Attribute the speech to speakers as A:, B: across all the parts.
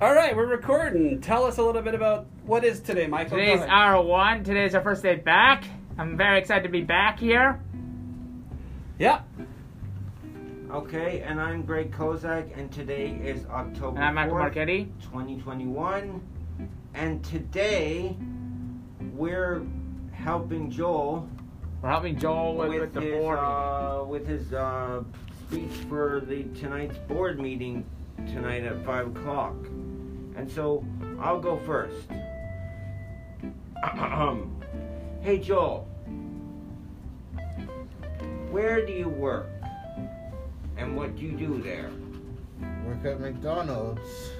A: All right, we're recording. Tell us a little bit about what is today, Michael. Go
B: Today's
A: ahead.
B: R1. Today's our first day back. I'm very excited to be back here.
A: yeah.
C: Okay, and I'm Greg Kozak, and today is October
B: And I'm Michael
C: 4th,
B: Marchetti.
C: 2021. And today, we're helping Joel
B: We're helping Joel with,
C: with,
B: with the
C: his,
B: board.
C: uh, with his uh, speech for the tonight's board meeting tonight at 5 o'clock. And so, I'll go first. hey, Joel. Where do you work? And what do you do there?
D: work at McDonald's.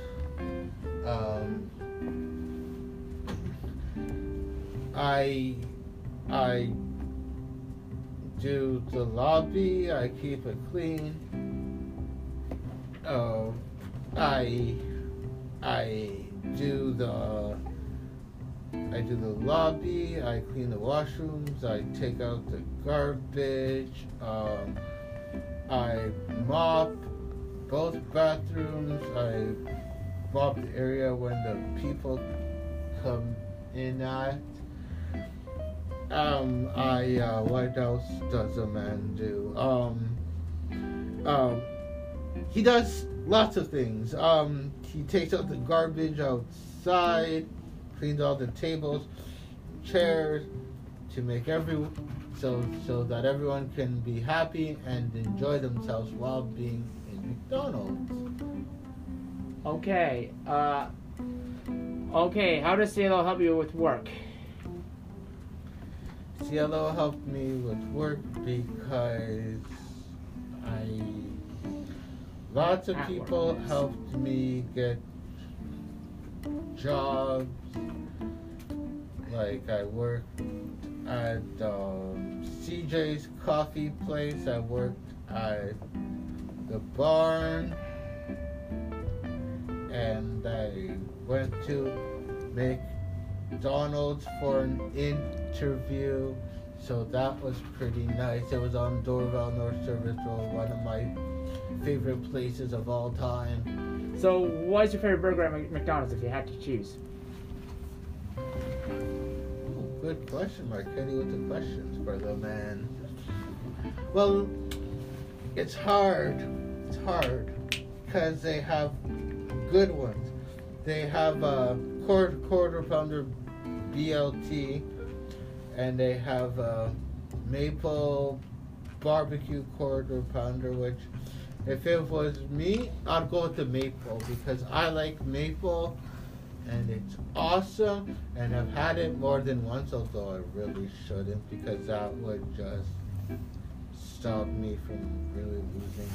D: Um, I I do the lobby. I keep it clean. Um, I I do the I do the lobby. I clean the washrooms. I take out the garbage. Um, I mop both bathrooms. I mop the area when the people come in at. Um, I, uh, what else does a man do? Um, um, he does lots of things. Um, he takes out the garbage outside, cleans all the tables, chairs, to make every so so that everyone can be happy and enjoy themselves while being in McDonald's.
B: Okay. Uh, okay. How does CLO help you with work?
D: CLO helped me with work because I lots of
B: At work.
D: people helped me get jobs. Like I worked at um, CJ's coffee place. I worked at the barn, and I went to McDonald's for an interview. So that was pretty nice. It was on Dorval North Service Road, one of my favorite places of all time.
B: So, what's your favorite burger at Mc- McDonald's if you had to choose?
D: Ooh, good question, Mark. Kenny with the questions for the man. Well, it's hard. It's hard because they have good ones. They have a quarter, quarter pounder BLT, and they have a maple barbecue quarter pounder, which if it was me, I'd go with the maple because I like maple and it's awesome. And I've had it more than once, although I really shouldn't because that would just stop me from really losing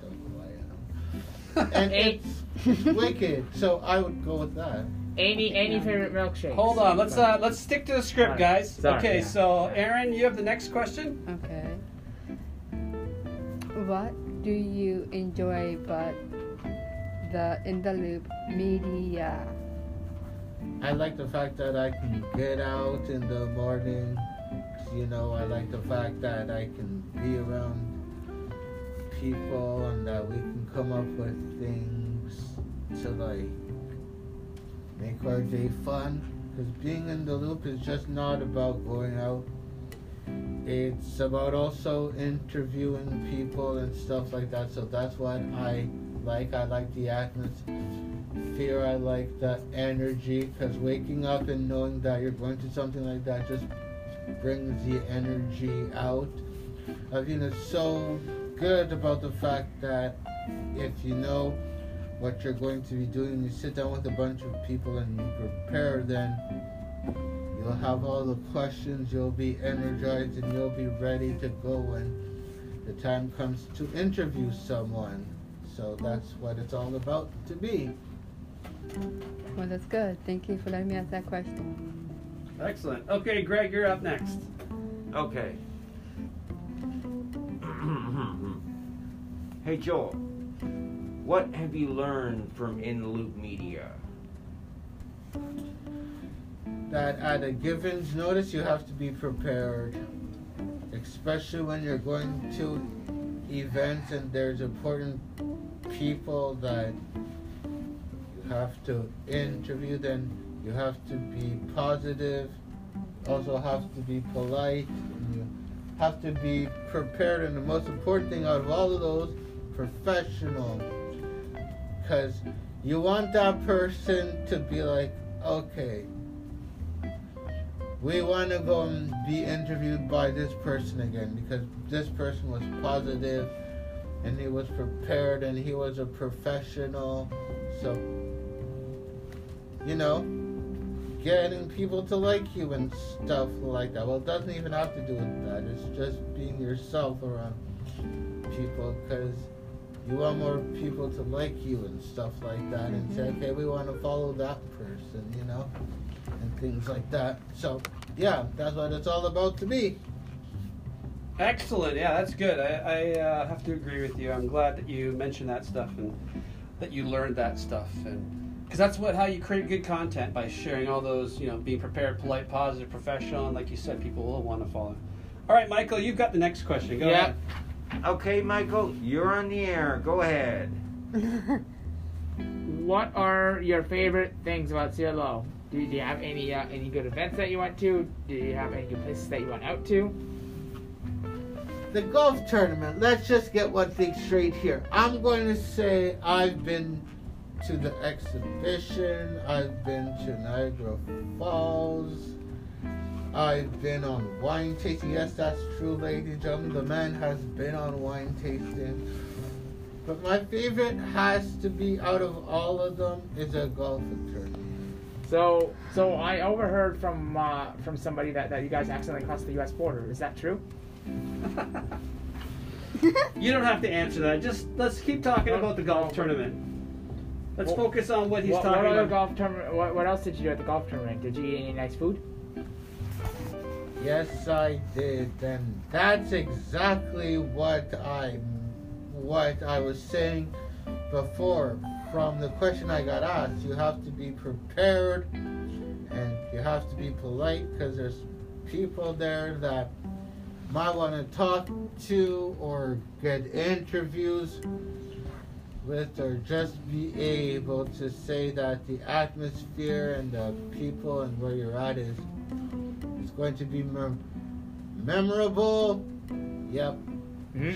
D: the double I am. And
B: Eight.
D: it's wicked, so I would go with that.
B: Any any favorite milkshake?
A: Hold on. Let's uh, let's stick to the script,
B: Sorry.
A: guys.
B: Sorry,
A: okay.
B: yeah.
A: So, Aaron, you have the next question.
E: Okay. What do you enjoy but the in the loop media?
D: I like the fact that I can get out in the morning. You know, I like the fact that I can be around people and that we can come up with things to like make our day fun. Because being in the loop is just not about going out. It's about also interviewing people and stuff like that. So that's what I like. I like the atmosphere fear I like the energy because waking up and knowing that you're going to something like that just brings the energy out. I mean, it's so good about the fact that if you know what you're going to be doing, you sit down with a bunch of people and you prepare, then you'll have all the questions, you'll be energized, and you'll be ready to go when the time comes to interview someone. So that's what it's all about to be.
E: Well, that's good. Thank you for letting me ask that question.
A: Excellent. Okay, Greg, you're up next.
C: Okay. hey, Joel. What have you learned from In the Loop Media?
D: that at a given notice you have to be prepared, especially when you're going to events and there's important people that you have to interview, then you have to be positive, also have to be polite, and you have to be prepared. And the most important thing out of all of those, professional. Because you want that person to be like, okay, we want to go and be interviewed by this person again because this person was positive and he was prepared and he was a professional. So, you know, getting people to like you and stuff like that. Well, it doesn't even have to do with that, it's just being yourself around people because you want more people to like you and stuff like that and say, okay, we want to follow that person, you know, and things like that. So, yeah, that's what it's all about to me.
A: Excellent. Yeah, that's good. I, I uh, have to agree with you. I'm glad that you mentioned that stuff and that you learned that stuff, and because that's what how you create good content by sharing all those, you know, being prepared, polite, positive, professional, and like you said, people will want to follow. All right, Michael, you've got the next question. Go
B: Yeah.
A: ahead.
C: Okay, Michael, you're on the air. Go ahead.
B: What are your favorite things about CLO? Do you, do you have any uh, any good events that you went to? Do you have any good places that you went out to?
D: The golf tournament, let's just get one thing straight here. I'm going to say I've been to the exhibition, I've been to Niagara Falls. I've been on wine tasting. Yes, that's true, ladies and gentlemen. The man has been on wine tasting. But my favorite has to be out of all of them is a golf tournament.
B: So so I overheard from uh, from somebody that, that you guys accidentally crossed the U.S. border. Is that true?
A: You don't have to answer that. Just let's keep talking
B: What-
A: about the golf tournament. Let's
B: What-
A: focus on what he's
B: what,
A: talking
B: what other
A: about.
B: golf tournament? What, what else did you do at the golf tournament? Did you eat any nice food?
D: Yes, I did, and that's exactly what I what I was saying before. From the question I got asked, you have to be prepared, and you have to be polite because there's people there that might want to talk to or get interviews with, or just be able to say that the atmosphere and the people and where you're at is it's going to be mem- memorable. Yep.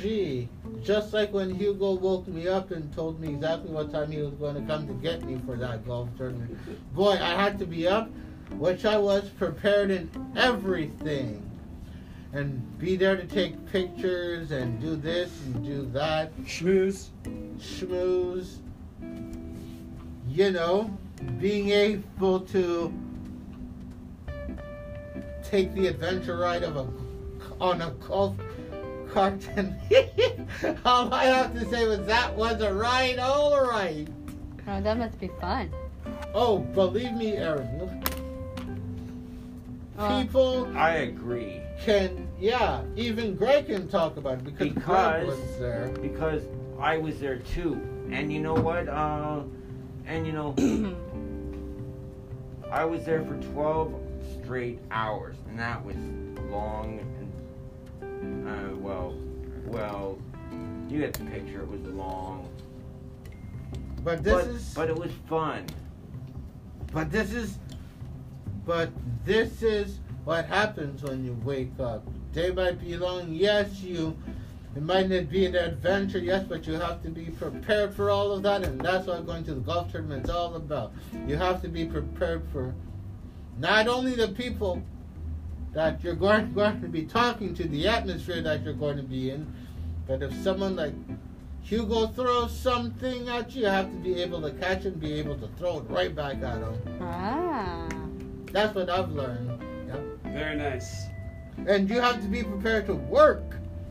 D: Gee, just like when Hugo woke me up and told me exactly what time he was going to come to get me for that golf tournament. Boy, I had to be up, which I was prepared in everything. And be there to take pictures and do this and do that,
A: Schmooze.
D: schmooze. You know, being able to take the adventure ride of a on a golf cart and all I have to say was that was a ride all right.
E: Oh, that must be fun.
D: Oh, believe me, Aaron,
C: Uh,
E: Oh,
D: people
C: I agree.
D: can yeah, even Greg can talk about it because, Greg
C: Because-
D: was there.
C: because I was there too. And you know what? Uh, and you know, I was there for 12 straight hours, and that was long. And uh, well, well, you get the picture. It was long,
D: But this
C: but
D: is
C: but it was fun.
D: But this is, but this is what happens when you wake up. Day might be long, yes, you. It might not be an adventure, yes, but you have to be prepared for all of that, and that's what going to the golf tournament is all about. You have to be prepared for not only the people that you're going, going to be talking to, the atmosphere that you're going to be in, but if someone like Hugo throws something at you, you have to be able to catch it and be able to throw it right back at him.
E: ah.
D: That's what I've learned.
A: Very nice.
D: And you have to be prepared to work.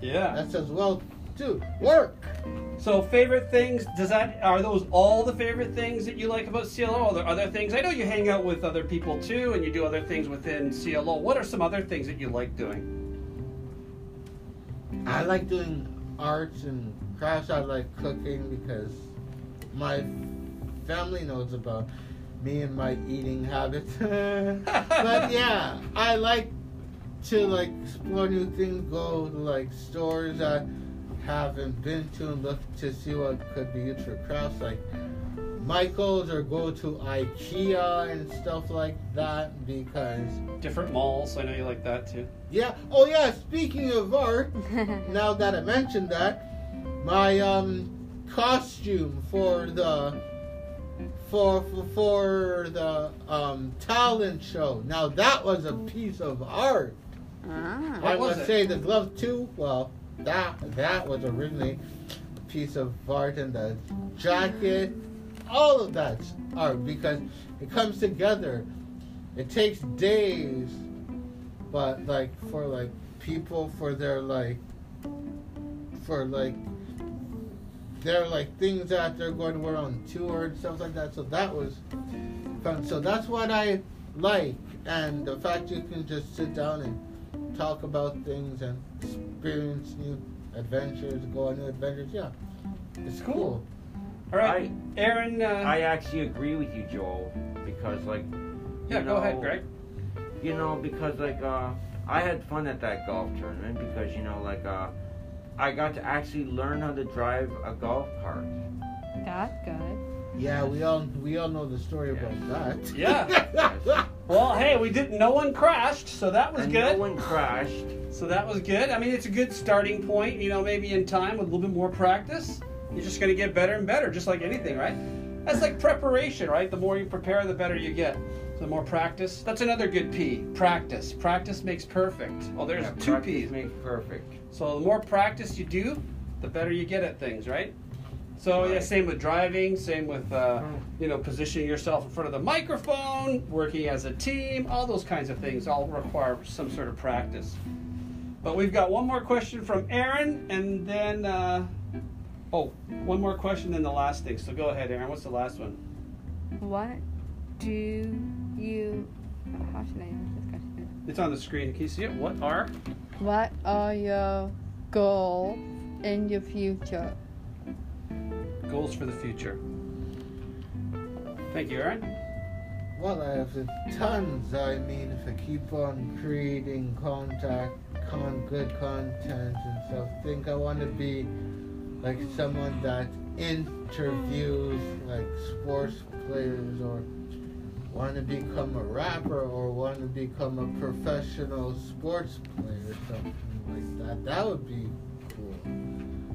A: Yeah.
D: That's as well too. Work.
A: So favorite things? Does that are those all the favorite things that you like about CLO? Are there other things? I know you hang out with other people too, and you do other things within CLO. What are some other things that you like doing?
D: I like doing arts and crafts. I like cooking because my family knows about me and my eating habits. but yeah, I like to like explore new things, go to like stores. I haven't been to and look to see what could be used for crafts like Michaels or go to IKEA and stuff like that because
A: Different malls. I know you like that too.
D: yeah oh yeah speaking of art now that I mentioned that my um costume for the for for, for the um talent show now that was a piece of art
E: ah.
D: I
A: What was
D: would
A: it?
D: say the glove too. Well, that that was originally a piece of art, and the jacket, all of that's art because it comes together. It takes days, but like for like people for their like for like their like things that they're going to wear on tour and stuff like that. So that was fun. So that's what I like, and the fact you can just sit down and talk about things and experience new adventures, go on new adventures. Yeah, it's cool.
A: All right, Aaron. Uh,
C: I actually agree with you, Joel, because like,
A: yeah,
C: you
A: go
C: know,
A: ahead, Greg.
C: You know, because like, uh, I had fun at that golf tournament because you know, like, uh, I got to actually learn how to drive a golf cart.
E: That's good.
D: Yeah, we all we all know the story about that.
C: Yeah.
A: Well, hey, we didn't. No one crashed, so that was
C: and
A: good.
C: No one crashed.
A: So that was good. I mean, it's a good starting point. You know, maybe in time with a little bit more practice, you're just going to get better and better, just like anything, right? That's like preparation, right? The more you prepare, the better you get. So the more practice. That's another good P. Practice. Practice makes perfect. Well, there's
C: Yeah,
A: two
C: practice
A: P's.
C: makes perfect.
A: So the more practice you do, the better you get at things, right? So yeah,
C: Right.
A: same with driving, same with uh, you know positioning yourself in front of the microphone, working as a team, all those kinds of things all require some sort of practice. But we've got one more question from Aaron, and then uh, oh, one more question, then the last thing. So go ahead, Aaron. What's the last one?
E: What do you? How should I answer this question?
A: It's on the screen. Can you see it? What are?
E: What are your goals in your future?
A: Goals for the future. Thank you, Aaron.
D: Well, I have tons. I mean, if I keep on creating contact, con good content and stuff, I think I want to be like someone that interviews like sports players or want to become a rapper or want to become a professional sports player or something like that. That would be cool.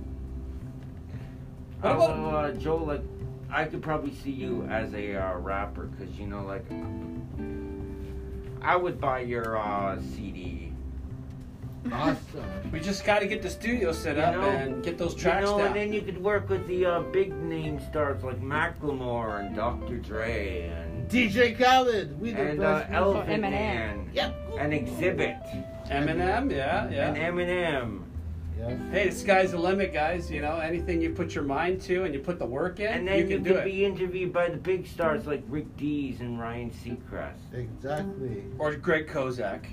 A: What about-
C: Although, uh, Joel, like, I could probably see you as a uh, rapper because you know, like, I would buy your uh, CD.
D: Awesome.
A: We just got to get the studio set
C: You
A: up
C: know-
A: and get those
C: You
A: tracks
C: know,
A: down.
C: and then you could work with the uh, big name stars like Macklemore and Dr. Dre and
D: DJ Khaled, we the
C: and uh,
D: best. music-
C: Elephant
E: Eminem.
C: Man
D: Yep.
C: and Exhibit
A: Eminem, yeah,
C: and
A: yeah.
C: Eminem.
D: Yes.
A: Hey, the sky's the limit, guys. You know, anything you put your mind to and you put the work in,
C: And then
A: you
C: you,
A: can do
C: could
A: it.
C: be interviewed by the big stars like Rick Dees and Ryan Seacrest.
D: Exactly.
A: Or Greg Kozak.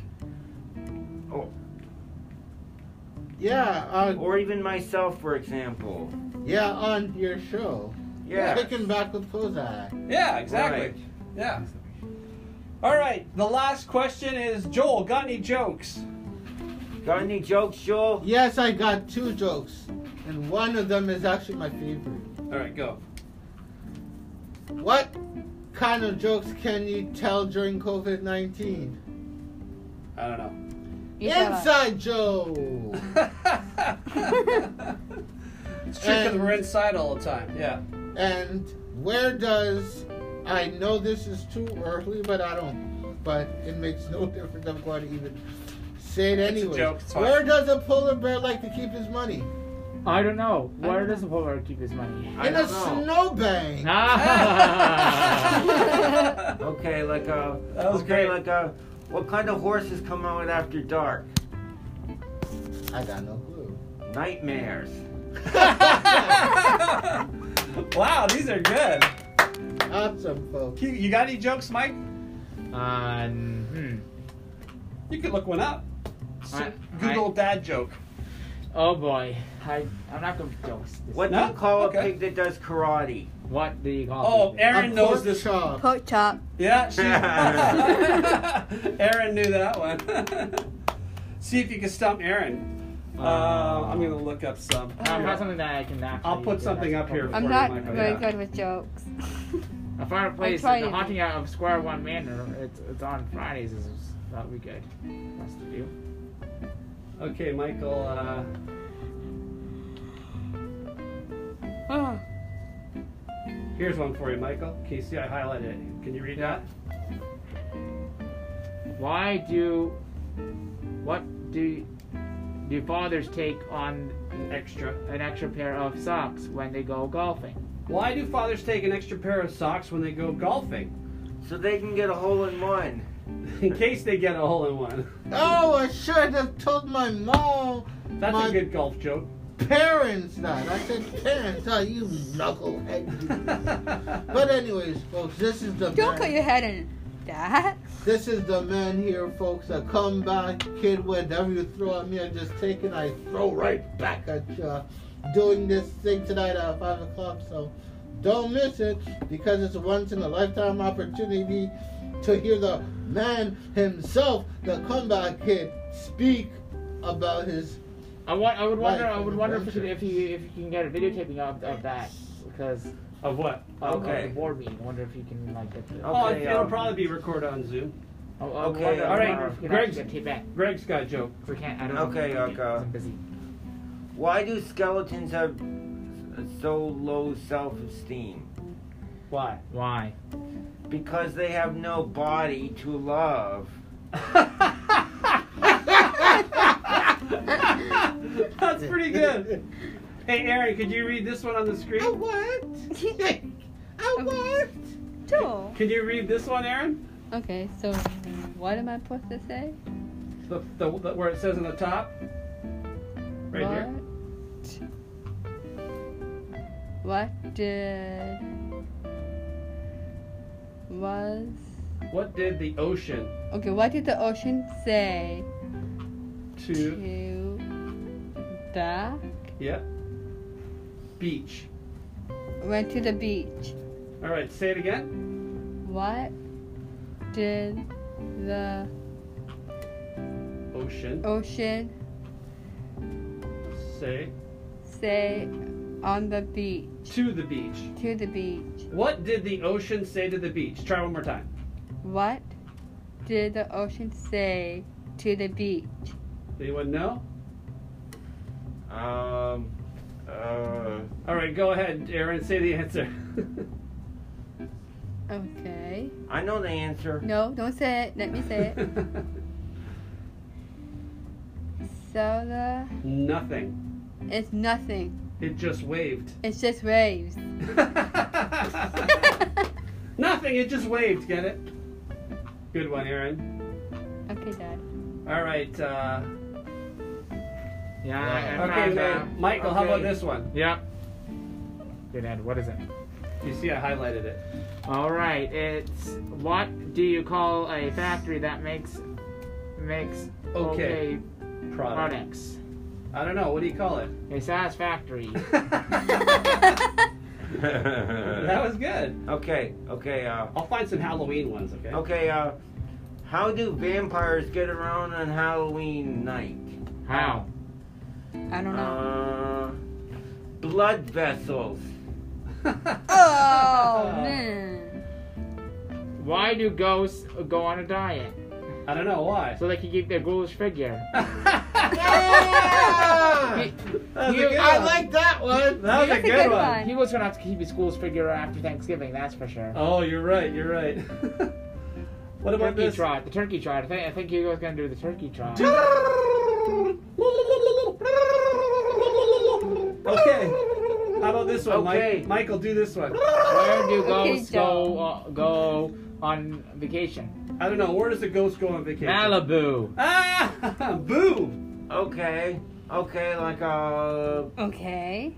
D: Yeah. Uh,
C: Or even myself, for example.
D: Yeah, on your show.
C: Yeah.
D: Kicking back with Kozak.
A: Yeah, exactly.
C: Right.
A: Yeah. All right. The last question is Joel. Got any jokes?
C: Got any jokes, Joel?
D: Yes, I got two jokes, and one of them is actually my favorite.
A: All right, go.
D: What kind of jokes can you tell during COVID 19?
A: I don't know.
D: Inside Joe!
A: it's true because
D: And-
A: we're inside all the time. Yeah.
D: And where does. I know this is too early, but I don't. But it makes no difference. I'm going to even say it
A: It's a
D: anyway.
A: joke, it's fine.
D: Where does a polar bear like to keep his money?
B: I don't know.
E: I
B: Where
E: don't
B: does the polar bear keep his money?
C: I
D: In a
C: don't know.
D: snowbank!
B: Ah!
C: Okay, like uh,
A: That was
C: okay,
A: great.
C: like uh, what kind of horses come out after dark?
D: I got no clue.
C: Nightmares.
A: wow, these are good.
D: Awesome, folks.
A: You- You got any jokes, Mike?
B: um, hmm.
A: You could look one up.
B: I-
A: Good old dad joke.
B: Oh boy. I, I'm not going to jokes. This.
C: What do
A: No?
C: you call
A: Okay.
C: a pig that does karate?
B: What do you call
A: Oh,
B: it?
A: Aaron
D: A
A: knows
D: pork
A: this.
D: chop.
E: Pork chop.
A: Yeah, she. Aaron knew that one. See if you can stump Aaron. Uh, I'm gonna look up some.
B: I'll find something that I can actually.
A: I'll put
B: do. That's
A: something up here.
B: important.
E: I'm
A: Or
E: not
A: my-
E: very
A: yeah.
E: good with jokes.
B: A fireplace,
E: trying
B: the
E: to
B: haunting
E: be.
B: out of Square One Manor. It's it's on Fridays. Is that would be good? That's to do.
A: Okay, Michael. Uh,
E: Oh,
A: here's one for you, Michael. Can you see I highlighted it? Can you read that?
B: Why do, what do, do fathers take on
A: An extra.
B: an extra pair of socks when they go golfing?
A: Why do fathers take an extra pair of socks when they go golfing?
C: So they can get a hole in one.
A: In case they get a hole in one.
D: Oh, I should have told my mom,
A: That's
D: my
A: a good golf joke.
D: parents that. I said, parents, oh, you knucklehead. but anyways, folks, this is the
E: don't
D: man.
E: cut your head in that.
D: This is the man here, folks. I come back, kid, whatever you throw at me, I just take it. I throw right back at you. Doing this thing tonight at five o'clock, so don't miss it because it's a once in a lifetime opportunity to hear the man himself, the comeback kid, speak about his.
B: I want. I would wonder.
D: Right,
B: I would
D: an
B: wonder if,
D: adventure.
B: if you if you can get a videotaping of, of that because
A: Of what?
B: of,
C: Okay.
B: of the board meeting. I wonder if you can like get the.
A: Oh,
C: Okay,
A: it- it'll
C: um,
A: probably be recorded on Zoom.
B: I- I
C: okay,
B: wonder- I
C: all
B: wonder
A: right,
B: if we can
A: Greg's-
B: actually get tape back.
A: Greg's got a joke.
B: If we can't, I don't.
C: Okay,
B: know. if we can,
C: okay.
B: 'cause I'm busy.
C: Why do skeletons have so low self-esteem?
A: Why?
B: Why?
C: Because they have no body to love.
A: That's pretty good. Hey, Aaron, could you read this one on the
D: I
A: screen?
D: Oh, what? I what?
E: Two.
A: Can you read this one, Aaron?
E: Okay, so what am I supposed to say?
A: The, the, the where it says on the top, right
E: what?
A: here.
E: What did was
A: What did the ocean
E: okay? What did the ocean say
A: to
E: to the
A: yeah beach?
E: went to the beach?
A: All right, say it again.
E: What did the
A: Ocean.
E: ocean
D: Oh.
A: Say
E: say on the beach?
A: to the beach.
E: To the beach.
A: What did the ocean say to the beach? Try one more time.
E: What did the ocean say to the beach?
A: Anyone know?
C: Um, uh,
A: All right, go ahead, Aaron. Say the answer.
E: Okay.
C: I know the answer.
E: No, don't say it. Let me say it. So the
A: Nothing.
E: it's nothing.
A: It just waved.
E: It's just waves. okay,
A: Nothing. It just waved. Get it? Good one, Aaron.
E: Dad.
A: All right. Uh,
B: Yeah.
D: Yeah.
B: I, I
A: okay,
B: found,
A: man.
B: uh,
A: Michael, how about
C: okay.
A: this one?
B: Yep. Good Ed. What is it?
A: You see, I highlighted it.
B: All right. It's what do you call a factory that makes makes
A: Okay.
B: okay
A: Product.
B: products?
A: I don't know. What do you call it?
B: A SaaS factory.
A: that was good.
C: okay, okay, uh,
A: I'll find some Halloween ones. Okay.
C: okay, uh, how do vampires get around on Halloween night?
B: How?
E: I don't know.
C: Uh, blood vessels.
E: oh man.
B: Why do ghosts go on a diet?
A: I don't know why.
B: So they can keep their ghoulish figure.
D: Yeah!
A: Ah!
B: He,
A: That was
B: You-
A: a good
D: I
A: one.
D: like that
A: That
D: one.
A: was
E: That's
A: a good one.
B: he was gonna have to keep his ghoulish figure after Thanksgiving, that's for sure.
A: Oh, you're right. You're right. what about
B: turkey
A: this?
B: trot. The turkey trot. I think, I think he was gonna do the turkey trot.
A: Okay. How about this one,
C: Okay.
A: Mike? Michael, do this one.
B: Where do
E: Okay,
B: ghosts go uh, go on vacation?
A: I don't know. Where does the ghost go on vacation?
B: Malibu.
A: Ah! Boo!
C: Okay, okay, like, uh,
E: Okay.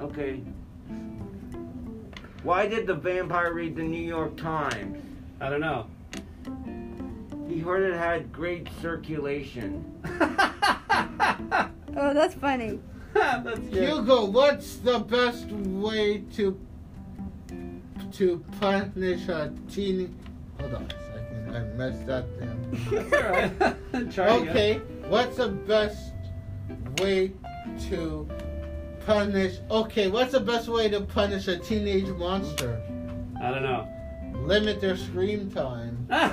C: okay. Why did the vampire read the New York Times?
A: I don't know.
C: He heard it had great circulation.
E: Oh, that's funny.
A: That's good.
D: Hugo, what's the best way to to punish a teen? Hold on a second, I messed that thing.
A: That's all right. Try again.
D: Okay, what's the best way to punish. Okay, what's the best way to punish a teenage monster?
A: I don't know.
D: Limit their screen time.
A: I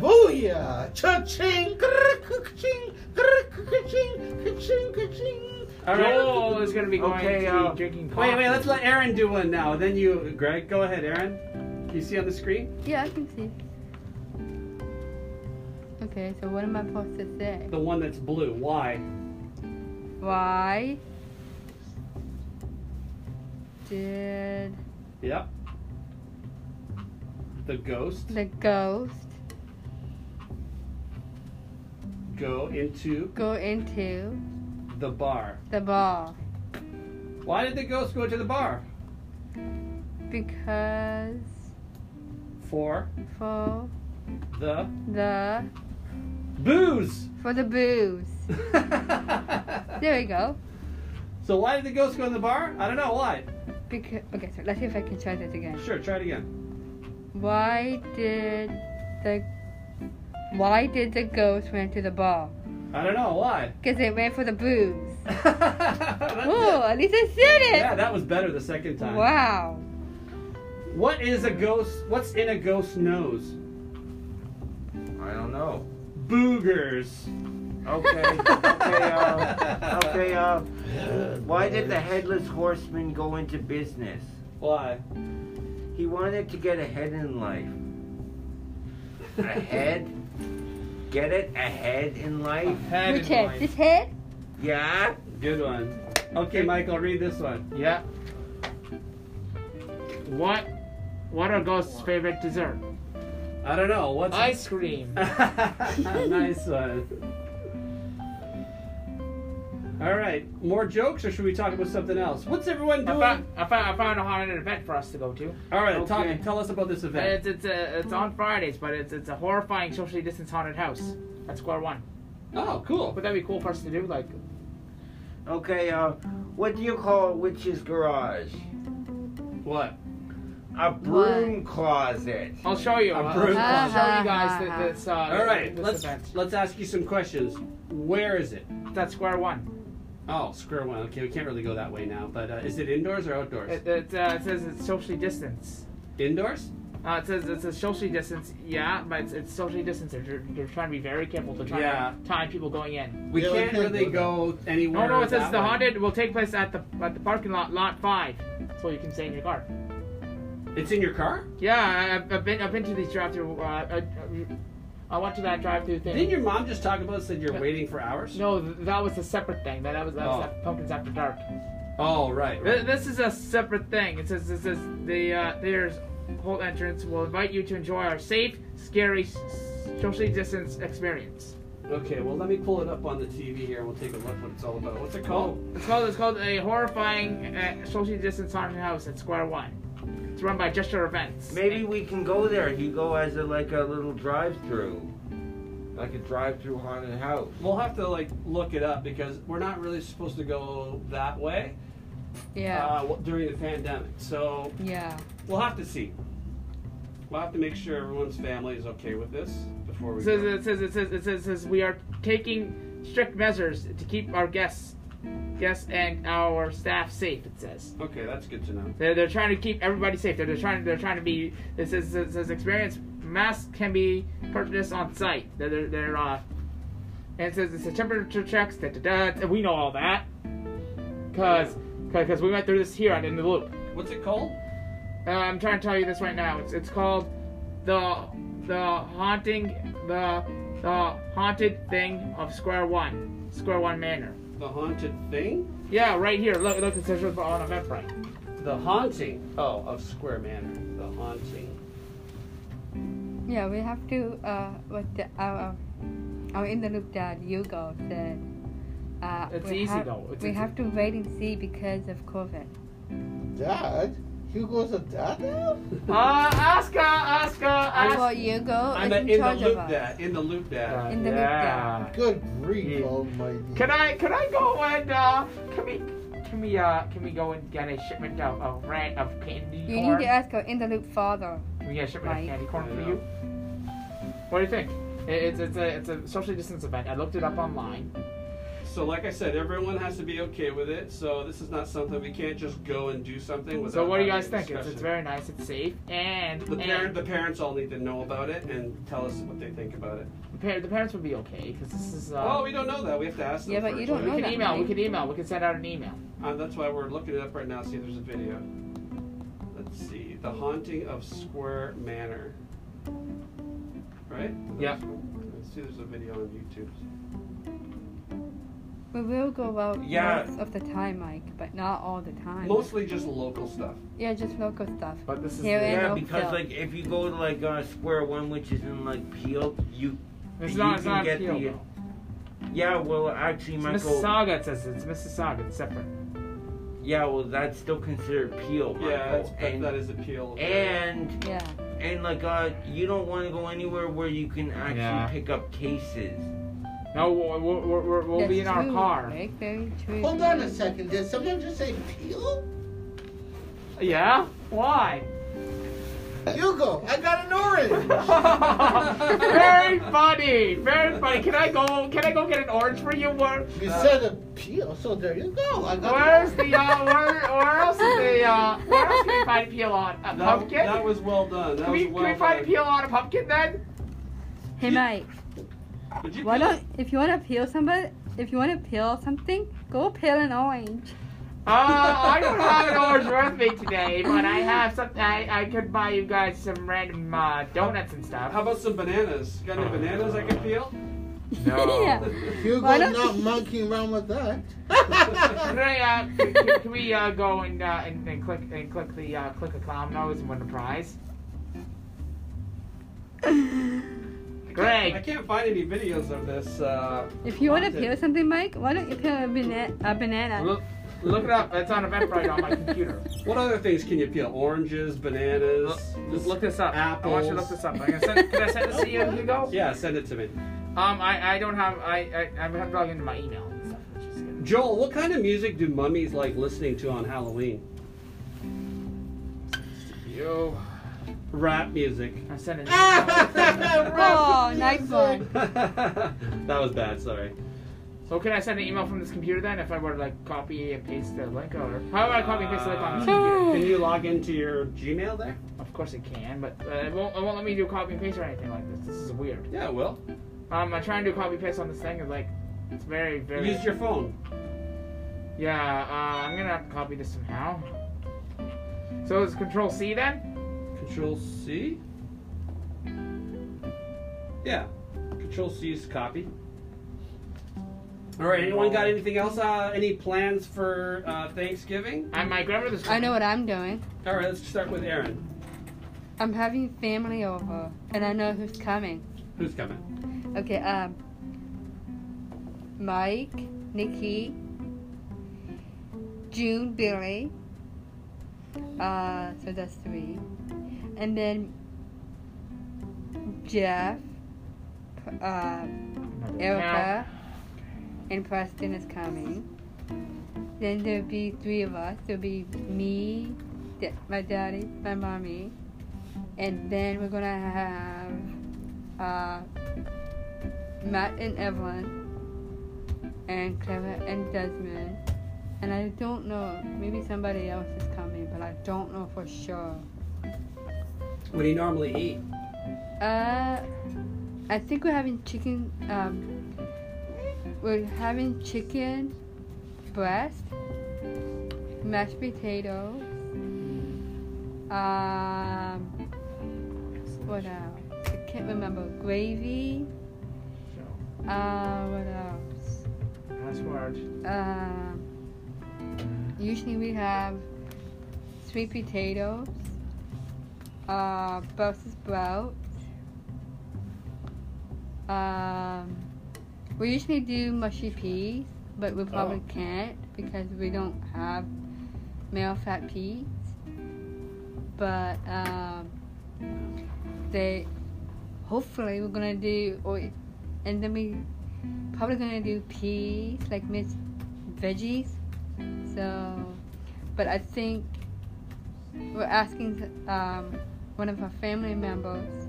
D: Booyah! Cha-ching! Ka-ching! Ka-ching! Ka-ching! Ka-ching!
B: Joel is gonna be going
A: Okay,
B: to
A: uh,
B: be drinking coffee.
A: Wait, wait, let's let Aaron do one now. Then you, Greg, go ahead, Aaron. Can you see on the screen?
E: Yeah, I can see. Okay, so what am I supposed to say?
A: The one that's blue. Why?
E: Why did
A: Yep. The ghost
E: the ghost
A: go into
E: go into
A: the bar.
E: the bar?
A: Why did the ghost go to the bar?
E: Because
A: For
E: for
A: the
E: the
A: booze.
E: for the booze. There we go.
A: so why did the ghost go in the bar? I don't know why.
E: Because okay, so let's see if I can try this again.
A: Sure, try it again.
E: Why did the why did the ghost went to the bar?
A: I don't know why.
E: Because it went for the booze.
A: That's
E: Oh,
A: it.
E: at least I said it.
A: Yeah, that was better the second time.
E: Wow.
A: What is a ghost? What's in a ghost's nose?
C: I don't know.
A: Boogers.
C: Okay, okay, uh, okay, uh, why did the headless horseman go into business?
A: Why?
C: He wanted to get ahead in life. Ahead? Get it? Ahead in life?
A: Head
E: Which head? This head?
C: Yeah?
A: Good one. Okay, Michael, read this one.
B: Yeah. What? What are Ghost's favorite dessert?
A: I don't know. What's
B: Ice cream.
A: Uh, nice one. All right, more jokes, or should we talk about something else? What's everyone
B: I
A: doing?
B: found, I found, I found a haunted event for us to go to.
A: All right,
C: Okay.
A: talk, tell us about this
B: And
A: event.
B: It's it's a, it's on Fridays, but it's it's a horrifying socially distanced haunted house at Square One.
A: Oh, cool.
B: Would that be cool for us to do? Like,
C: Okay, uh, what do you call a witch's garage?
A: What?
C: A broom closet.
B: I'll show you.
A: A
B: I'll,
A: broom
B: I'll show
E: Ah.
B: you guys
E: closet.
B: that this. Uh,
A: All right,
B: this
A: let's
B: event.
A: let's ask you some questions. Where is it?
B: That's Square One.
A: Oh, square one. Okay, we can't really go that way now. But uh, is it indoors or outdoors?
B: It, it, uh, it says it's socially distanced.
A: indoors.
B: Uh, it says it's a socially distance, yeah, but it's, it's socially distanced. They're, they're trying to be very careful to try
A: Yeah.
B: to time people going in.
A: We
D: Yeah, we
A: can't
D: can't
A: really
D: go
A: go anywhere.
B: No, no, it says
A: that
B: the
A: way.
B: haunted will take place at the at the parking lot, lot five. That's what you can say in your car.
A: It's in your car.
B: Yeah, I, I've been I've been to these drive-through. Uh, I, I went to that drive-through thing.
A: Didn't your mom just talk about this that you're waiting for hours?
B: No, th- that was a separate thing. That, that was that was
A: Oh.
B: that pumpkins after dark.
A: Oh, right.
B: Th-
A: right.
B: This is a separate thing. It says it says the uh, there's whole entrance will invite you to enjoy our safe, scary, s- socially distanced experience.
A: Okay, well, let me pull it up on the TV here and we'll take a look what it's all about. What's it called?
B: It's called it's called a horrifying uh, socially distanced haunted house at Square One. It's run by Gesture Events.
C: Maybe we can go there, Hugo, as a, like a little drive-through, like a drive-through haunted house.
A: We'll have to like look it up because we're not really supposed to go that way
E: Yeah.
A: uh, during the pandemic. So
E: yeah.
A: we'll have to see. We'll have to make sure everyone's family is okay with this before we.
B: It says
A: go.
B: it says it says it says, it says we are taking strict measures to keep our guests guests and our staff safe. It says.
A: Okay, that's good to know.
B: They're, they're trying to keep everybody safe. They're, they're trying they're trying to be this is this is experience. Masks can be purchased on site. They're they're, they're uh, and it says it's a temperature checks. Da, da, da, da. We know all that, cause because we went through this here on in the loop.
A: What's it called?
B: Uh, I'm trying to tell you this right now. It's it's called the the haunting the the haunted thing of Square One Square One Manor.
A: The haunted thing.
B: Yeah, right here. Look look it says on Eventbrite.
A: The haunting. Oh, of Square Manor. The haunting.
E: Yeah, we have to uh what the our our in the loop that Hugo said. Uh,
B: It's
E: we
B: easy,
E: have-
B: though. It's
E: we
B: easy.
E: have to wait and see because of COVID.
D: Dad? Hugo's a dad now?
B: Uh, Oscar, Oscar,
E: I
B: Oscar.
E: thought Hugo
A: I'm
E: is
A: at
E: in,
A: in the
E: charge of
A: loop
E: us.
A: dad. In the loop dad.
E: In the
B: yeah.
D: Good grief,
B: Yeah.
D: almighty.
B: Hmm. Can I can I go and uh can we can we uh can we go and get a shipment of, of ran of candy
E: You
B: corn?
E: need to ask our in the loop father.
B: Can we get a shipment
E: Right.
B: of candy corn for
A: Yeah.
B: you? What do you think? It, it's it's a it's a socially distance event. I looked it up online.
A: So, like I said, everyone has to be okay with it. So, this is not something we can't just go and do something without.
B: So what do you
A: having
B: guys
A: a
B: think? It's, it's
A: discussion.
B: very nice. It's safe, and
A: The, parent,
B: and
A: the parents all need to know about it and tell us what they think about it.
B: the, par- the parents would be okay because this is. Uh,
A: Well, we don't know that. We have to ask them.
E: Yeah, but
A: first.
E: you don't
B: we
E: know
B: can
E: that,
B: email. We
E: right?
B: can email. We can send out an email.
A: Uh, that's why we're looking it up right now. See if there's a video. Let's see. The Haunting of Square Manor. Right?
B: Yeah.
A: Let's see if there's a video on YouTube.
E: We will go out
C: Yeah.
E: most of the time, Mike, but not all the time.
A: Mostly just local stuff.
E: Yeah, just local stuff.
B: But this is
E: Here
B: the-
E: in
C: Yeah,
E: Oakville.
C: because like if you go to like uh, Square One, which is in like Peel, you
B: It's
C: you
B: not. It's
C: can
B: not
C: get
B: Peel.
C: the-
B: though.
C: yeah. Well, actually,
B: It's
C: Michael.
B: Mississauga. It says it's Mississauga. It's separate.
C: Yeah, well, that's still considered Peel, Michael.
A: Yeah, that's, that,
C: and,
A: that is appeal.
C: and
E: Yeah.
C: and like uh, you don't want to go anywhere where you can actually
B: Yeah.
C: pick up cases.
B: No, we'll, we'll, we'll, we'll- we'll
E: That's
B: be in our
E: true,
B: car.
E: Mike, Very true.
D: Hold on a second. Did someone just say peel?
B: Yeah? Why?
D: Hugo, I got an orange.
B: very funny. Very funny. Can I go? Can I go get an orange for you? Where,
D: You said a peel, so there you go. I got
B: where's the uh? Where, where else is the uh? Where else can we find peel on a
A: That,
B: pumpkin?
A: that was well done. That
B: can
A: was
B: we, can
A: well
B: we find
A: done.
B: peel on a pumpkin then?
E: Hey, Mike.
A: Did you
E: Why
A: peel-
E: don't? If you wanna peel somebody, if you wanna peel something, go peel an orange.
B: Uh, I don't have an orange with me today, but I have some. I, I could buy you guys some random uh, donuts and stuff.
A: How about some bananas? Got any bananas I can peel?
C: No.
E: yeah.
D: Hugo
E: Why don't
D: not
E: you-
D: monkeying around with that.
B: Can, I, uh, can, can we uh, go and, uh, and and click and click the uh, click a clown nose and win the prize?
A: I
B: Greg,
A: can't find any videos of this. Uh,
E: If you wanna
A: haunted.
E: peel something, Mike, why don't you peel a banana? A banana.
B: look, look it up. It's on Eventbrite on my computer.
A: What other things can you peel? Oranges, bananas.
B: Look, look this up. I want you to look
A: Apples.
B: this up. I'm gonna send, can I send this to you, Hugo?
A: Yeah, send it to me.
B: Um, I, I don't have I I I'm gonna log into my email and stuff. Which is good.
A: Joel, what kind of music do mummies like listening to on Halloween?
B: Yo, Ah!
A: Rap music.
B: I'm sending.
E: Oh, nice one.
A: that was bad. Sorry.
B: So can I send an email from this computer then if I were to like copy and paste the link or how do I copy and paste the link on this computer?
A: Can you log into your Gmail there?
B: Of course I can, but uh, it won't it won't let me do copy and paste or anything like this. This is weird.
A: Yeah, well,
B: Um, I try and do copy and paste on this thing and like it's very very
A: use your phone.
B: yeah. Uh, I'm gonna have to copy this somehow. So it's Control C then.
A: Control C. Yeah. Control C is copy. All right. Anyone got anything else? Uh, any plans for uh, Thanksgiving?
B: And my grandmother's.
E: I know what I'm doing.
A: All right. Let's start with Aaron.
E: I'm having family over, and I know who's coming.
A: Who's coming?
E: Okay, um, Mike, Nikki, June, Billy. Uh, so that's three, and then Jeff, uh, Erica, and Preston is coming. Then there'll be three of us. There'll be me, da- my daddy, my mommy, and then we're gonna have uh, Matt and Evelyn, and Clara and Desmond. And I don't know. Maybe somebody else is coming, but I don't know for sure.
A: What do you normally eat?
E: Uh, I think we're having chicken. Um, we're having chicken breast, mashed potatoes. Um, what else? I can't remember. Gravy. Uh, what else?
B: That's weird.
E: Um, usually we have sweet potatoes, uh, Brussels sprouts. Um, we usually do mushy peas, but we probably can't because we don't have male fat peas. But um, they hopefully we're gonna do or and then we probably gonna do peas like mixed veggies. So, but I think we're asking um, one of our family members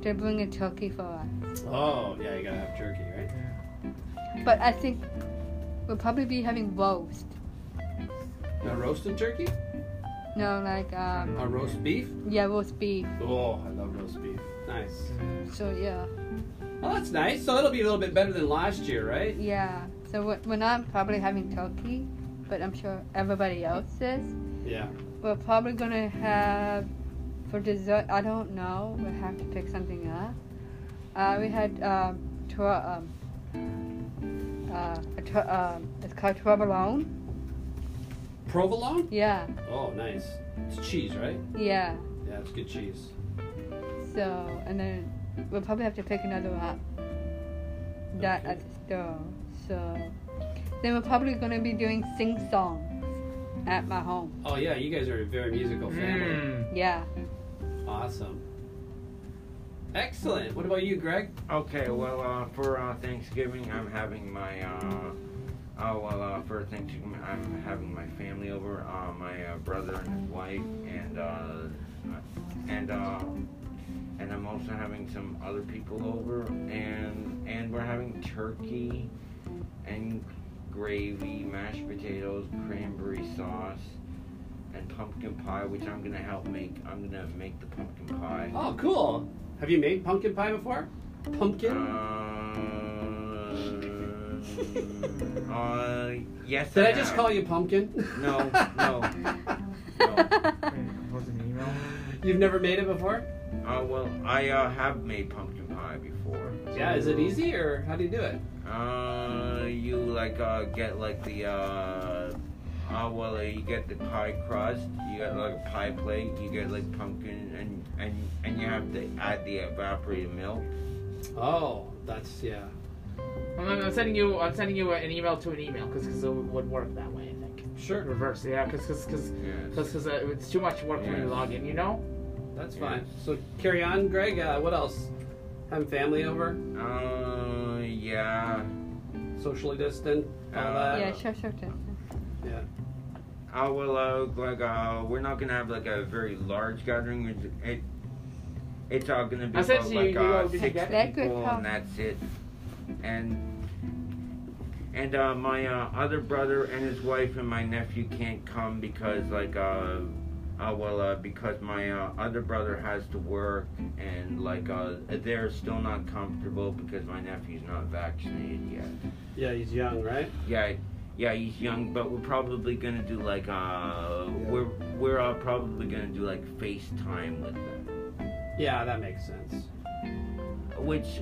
E: to bring a turkey for us.
A: Oh, yeah, you gotta have turkey, right?
E: But I think We'll probably be having roast.
A: A roasted turkey?
E: No, like um,
A: A roast beef?
E: yeah, roast beef.
A: Oh, I love roast beef. Nice.
E: So yeah,
A: Well, that's nice. So that'll be a little bit better than last year, right?
E: yeah. So we're, we're not probably having turkey, but I'm sure everybody else is.
A: Yeah.
E: We're probably gonna have for dessert. I don't know. We'll have to pick something up. Uh, we had um, tro- um, uh, a tro- um, it's called provolone.
A: Provolone?
E: Yeah,
A: Oh, nice. It's cheese, right?
E: yeah.
A: Yeah, it's good cheese.
E: So and then we'll probably have to pick another up. That
A: Okay.
E: at the store. So then we're probably gonna be doing sing songs at my home.
A: Oh, yeah, you guys are a very musical family.
B: Mm.
E: Yeah.
A: Awesome. Excellent. What about you, Greg?
C: Okay, well, uh, for uh, Thanksgiving, I'm having my, uh, oh, well, uh, for Thanksgiving, I'm having my family over, uh, my uh, brother and his wife, and, uh, and, uh, and I'm also having some other people over, and, and we're having turkey and gravy, mashed potatoes, cranberry sauce, and pumpkin pie, which I'm gonna help make. I'm gonna make the pumpkin pie.
A: Oh, cool. Have you made pumpkin pie before? Pumpkin?
C: Uh, uh, yes.
A: Did I
C: have.
A: just call you pumpkin?
C: No, no.
B: Mm, Was it an email?
A: You've never made it before?
C: Uh, well, I uh, have made pumpkin pie before.
A: Yeah, is it easy or how do you do it?
C: Uh, you like uh get like the uh. Uh, well, uh, you get the pie crust, you got like a pie plate, you get like pumpkin, and and and you have to add the evaporated milk.
A: Oh, that's, yeah.
B: I'm, I'm sending you. I'm sending you an email to an email because it would work that way. I think.
A: Sure.
B: Reverse. Yeah. Because because
C: Yes.
B: because uh, it's too much work when you
C: Yes.
B: log in. You know.
A: That's
C: Yeah.
A: fine. So carry on, Greg. Uh, what else? Having family over,
C: Uh, yeah.
A: socially distant, all
C: Uh,
A: that.
E: yeah, sure, sure, sure.
A: Yeah.
C: I will uh, like uh, we're not gonna have like a very large gathering. It, it it's all gonna be
B: I said
C: about,
B: to you,
C: like
B: you
C: uh,
B: all did
C: six
B: get-
E: That good
C: people,
E: call.
C: and that's it. And and uh, my uh, other brother and his wife and my nephew can't come because like uh, uh well uh, because my uh, other brother has to work and like uh they're still not comfortable because my nephew's not vaccinated yet.
A: Yeah, he's young, right?
C: Yeah, yeah, he's young, but we're probably gonna do like uh, we're we're uh, probably gonna do like FaceTime with them,
A: Yeah, that makes sense.
C: which,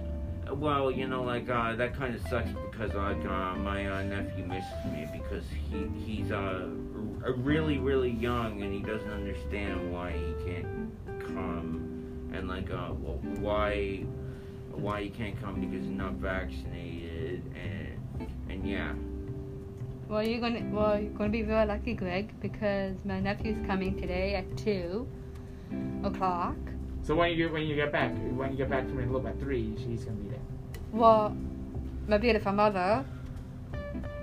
C: well, you know, like uh, that kind of sucks because like uh, my uh, nephew misses me because he he's uh r- really really young and he doesn't understand why he can't come and like uh wh- why why he can't come because he's not vaccinated and and yeah.
E: Well, you're gonna well, you're gonna be very lucky, Greg, because my nephew's coming today at two o'clock.
B: So when you when you get back when you get back from your loop at three, she's gonna be there.
E: Well, my beautiful mother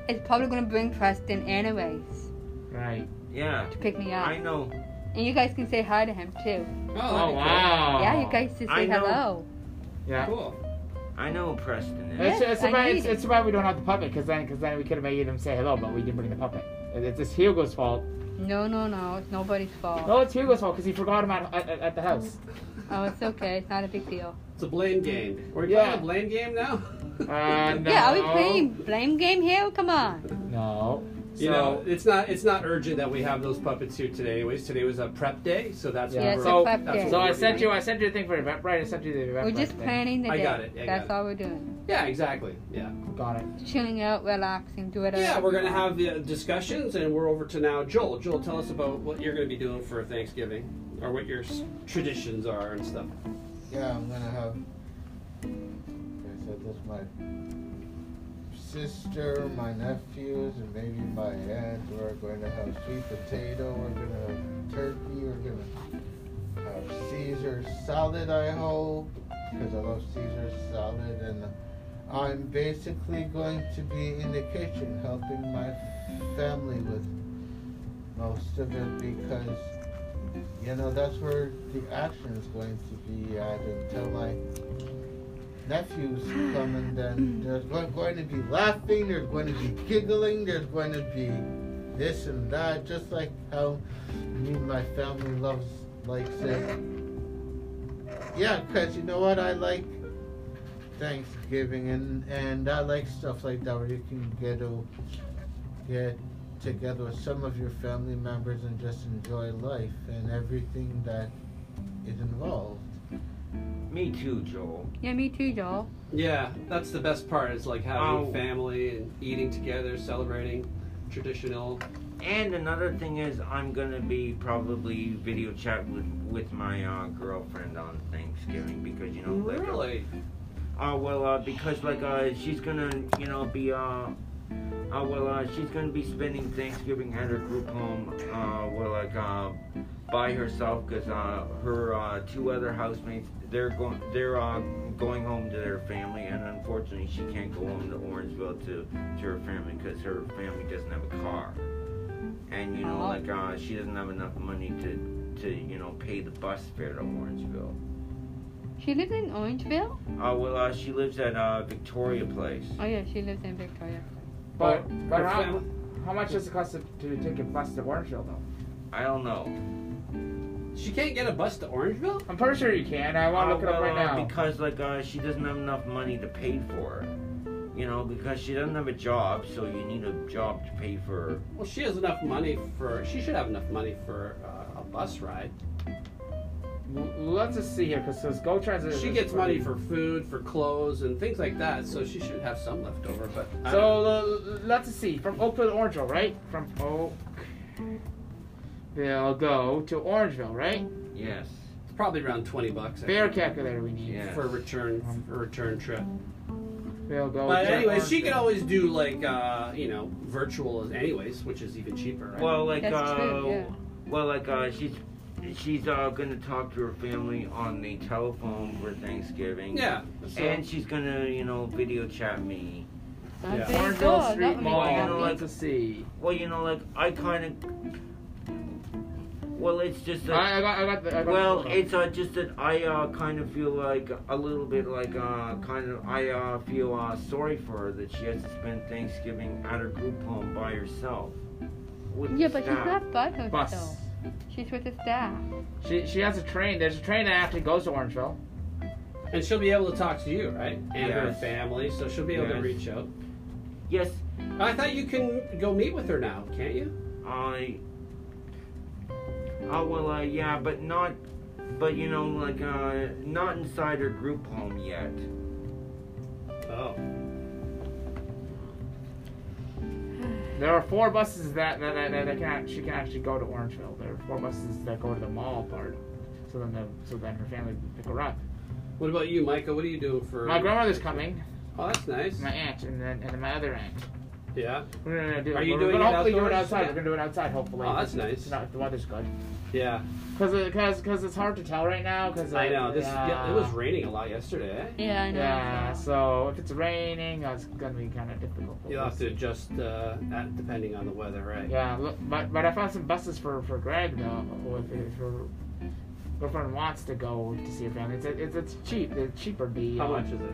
E: is probably gonna bring Preston anyways
B: Right.
C: Yeah,
E: to pick me up,
C: I know.
E: and you guys can say hi to him too.
A: Oh,
B: Oh,
A: that'd be
B: wow.
E: Yeah, you guys should
C: I
E: say
C: know.
E: hello.
B: Yeah.
A: Cool. Cool.
C: I know Preston is.
B: It's,
E: Yes,
B: it's,
E: I
B: about,
E: need
B: it's,
E: it.
B: it's about we don't have the puppet because then, cause then we could have made them say hello, but we didn't bring the puppet. It- It's, it's Hugo's fault.
E: No, no, no, it's nobody's fault.
B: No, it's Hugo's fault because he forgot him at, at, at the house.
E: Oh, it's okay. It's not a big deal.
A: It's a blame game. We're
B: Yeah.
A: playing a blame game now.
B: Uh, no.
E: Yeah, are we playing blame game here? Come on.
B: No. So,
A: You know, it's not it's not urgent that we have those puppets here today. Anyways, today was a prep day, so that's what
B: Yeah,
A: we're,
B: it's a
E: prep
A: that's
E: day.
A: what
B: so I
A: we're
B: sent
A: doing.
B: you I sent you the thing for event right. I sent you the event.
E: We're just
B: thing.
E: planning the
A: I
E: day.
A: got it, I got
E: That's
A: it.
E: all we're doing.
A: Yeah, exactly. Yeah.
B: Got
A: Oh,
B: it.
E: Chilling out, relaxing, do it.
A: Yeah, we're gonna have the discussions, and we're over to now Joel. Joel, tell us about what you're gonna be doing for Thanksgiving, or what your s- traditions are and stuff.
D: Yeah, I'm gonna have. Okay, so this my sister, my nephews, and maybe my aunt. We're going to have sweet potato. We're gonna have turkey. We're gonna have Caesar salad. I hope because I love Caesar salad, and I'm basically going to be in the kitchen helping my family with most of it because you know, that's where the action is going to be at until I nephews coming, then there's go- going to be laughing, there's going to be giggling, there's going to be this and that, just like how me and my family loves likes it. Yeah, because you know what? I like Thanksgiving and, and I like stuff like that where you can get, a, get together with some of your family members and just enjoy life and everything that is involved.
C: Me too, Joel.
E: Yeah, me too, Joel.
A: Yeah, that's the best part is like having
C: Oh.
A: family and eating together, celebrating traditional.
C: And another thing is, I'm gonna be probably video chat with with my uh, girlfriend on Thanksgiving because you know, like, uh,
A: Really?
C: Uh, well, uh, because like uh, she's gonna, you know, be uh, uh, well, uh, she's gonna be spending Thanksgiving at her group home, uh, well, like uh, by herself, cause uh, her uh, two other housemates, they're going, they're uh, going home to their family, and unfortunately, she can't go home to Orangeville to to her family, cause her family doesn't have a car, and you know,
E: Oh.
C: like uh, she doesn't have enough money to to you know pay the bus fare to Orangeville.
E: She lives in Orangeville?
C: Uh, well, uh, she lives at uh, Victoria Place.
E: Oh, yeah, she lives in Victoria.
B: But, but
A: Her
B: how,
A: family-
B: how much does it cost to, to take a bus to Orangeville, though?
C: I don't know.
A: She can't get a bus to Orangeville?
B: I'm pretty sure you can. I want to
C: Uh,
B: look it up
C: well,
B: right
C: uh,
B: now.
C: Because like uh, she doesn't have enough money to pay for it. You know, because she doesn't have a job, so you need a job to pay for.
A: Well, she has enough money for. She should have enough money for uh, a bus ride.
B: L- Let's just see here, because Go Transit.
A: She gets money for food, for clothes, and things like that, so she should have some left over. But I don't-
B: So uh, let's just see. From Oakville to Orangeville, right? From Oakville go to Orangeville, right?
C: Yes.
A: it's probably around twenty bucks I
B: Fair
A: think,
B: calculator we need.
C: Yeah.
A: for a return for a return trip.
B: They'll go
A: But
B: to
A: anyways, she could
B: Orangeville.
A: always do like uh, you know virtual anyways, which is even cheaper. Right?
C: Well, like
E: That's
C: uh,
E: true, yeah.
C: well, like uh, she's she's uh gonna talk to her family on the telephone for Thanksgiving.
A: yeah. So,
C: And she's gonna, you know, video chat me.
E: That's
A: Yeah.
E: very
B: Orangeville
E: good.
B: Street
E: That
B: Mall.
E: would
C: you know, like-
E: make me happy.
B: Let's see.
C: Well, you know, like I kind of. Well, it's just that.
B: I, I got, I got the. I got the-
C: Well, it's uh, just that I uh, kind of feel like a little bit like uh, kind of I uh, feel uh, sorry for her that she has to spend Thanksgiving at her group home by herself. With
E: Yeah,
C: the
E: but she's
C: staff.
E: not by
B: bus.
E: herself. She's with the staff.
B: She, she has a train. There's a train that actually goes to Orangeville.
A: and she'll be able to talk to you, right? And her
C: Yes.
A: family, so she'll be able to
C: Yes.
A: reach out.
C: Yes,
A: I thought you can go meet with her now, can't you?
C: I. Oh well, uh, yeah, but not, but you know, like uh, not inside her group home yet.
A: Oh.
B: There are four buses that that, that, that, that can act- she can actually go to Orangeville. There are four buses that go to the mall part. So then the, so then her family can pick her up.
A: What about you, Micah? What are you doing for?
B: My grandmother's coming,
A: Oh, that's nice.
B: my aunt, and then and then my other aunt.
A: Yeah.
B: We're gonna do.
A: Are you
B: we're
A: doing
B: gonna
A: it
B: hopefully do it
A: outdoors?
B: outside. We're gonna do it outside. Hopefully.
A: Oh, that's
B: If it's
A: nice.
B: Not, if the weather's good.
A: Yeah.
B: Cause uh, cause cause it's hard to tell right now. Cause uh,
A: I know. This.
B: yeah,
A: Yeah, it was raining a lot yesterday. Eh?
E: Yeah, I know.
B: Yeah, so if it's raining, uh, it's gonna be kind of difficult.
A: You'll have to adjust uh, that depending on the weather, right?
B: Yeah, look, but but I found some buses for for Greg though. or If if her girlfriend wants to go to see her family, it's it's, it's cheap. It's cheaper to be
A: How
B: uh,
A: much is it?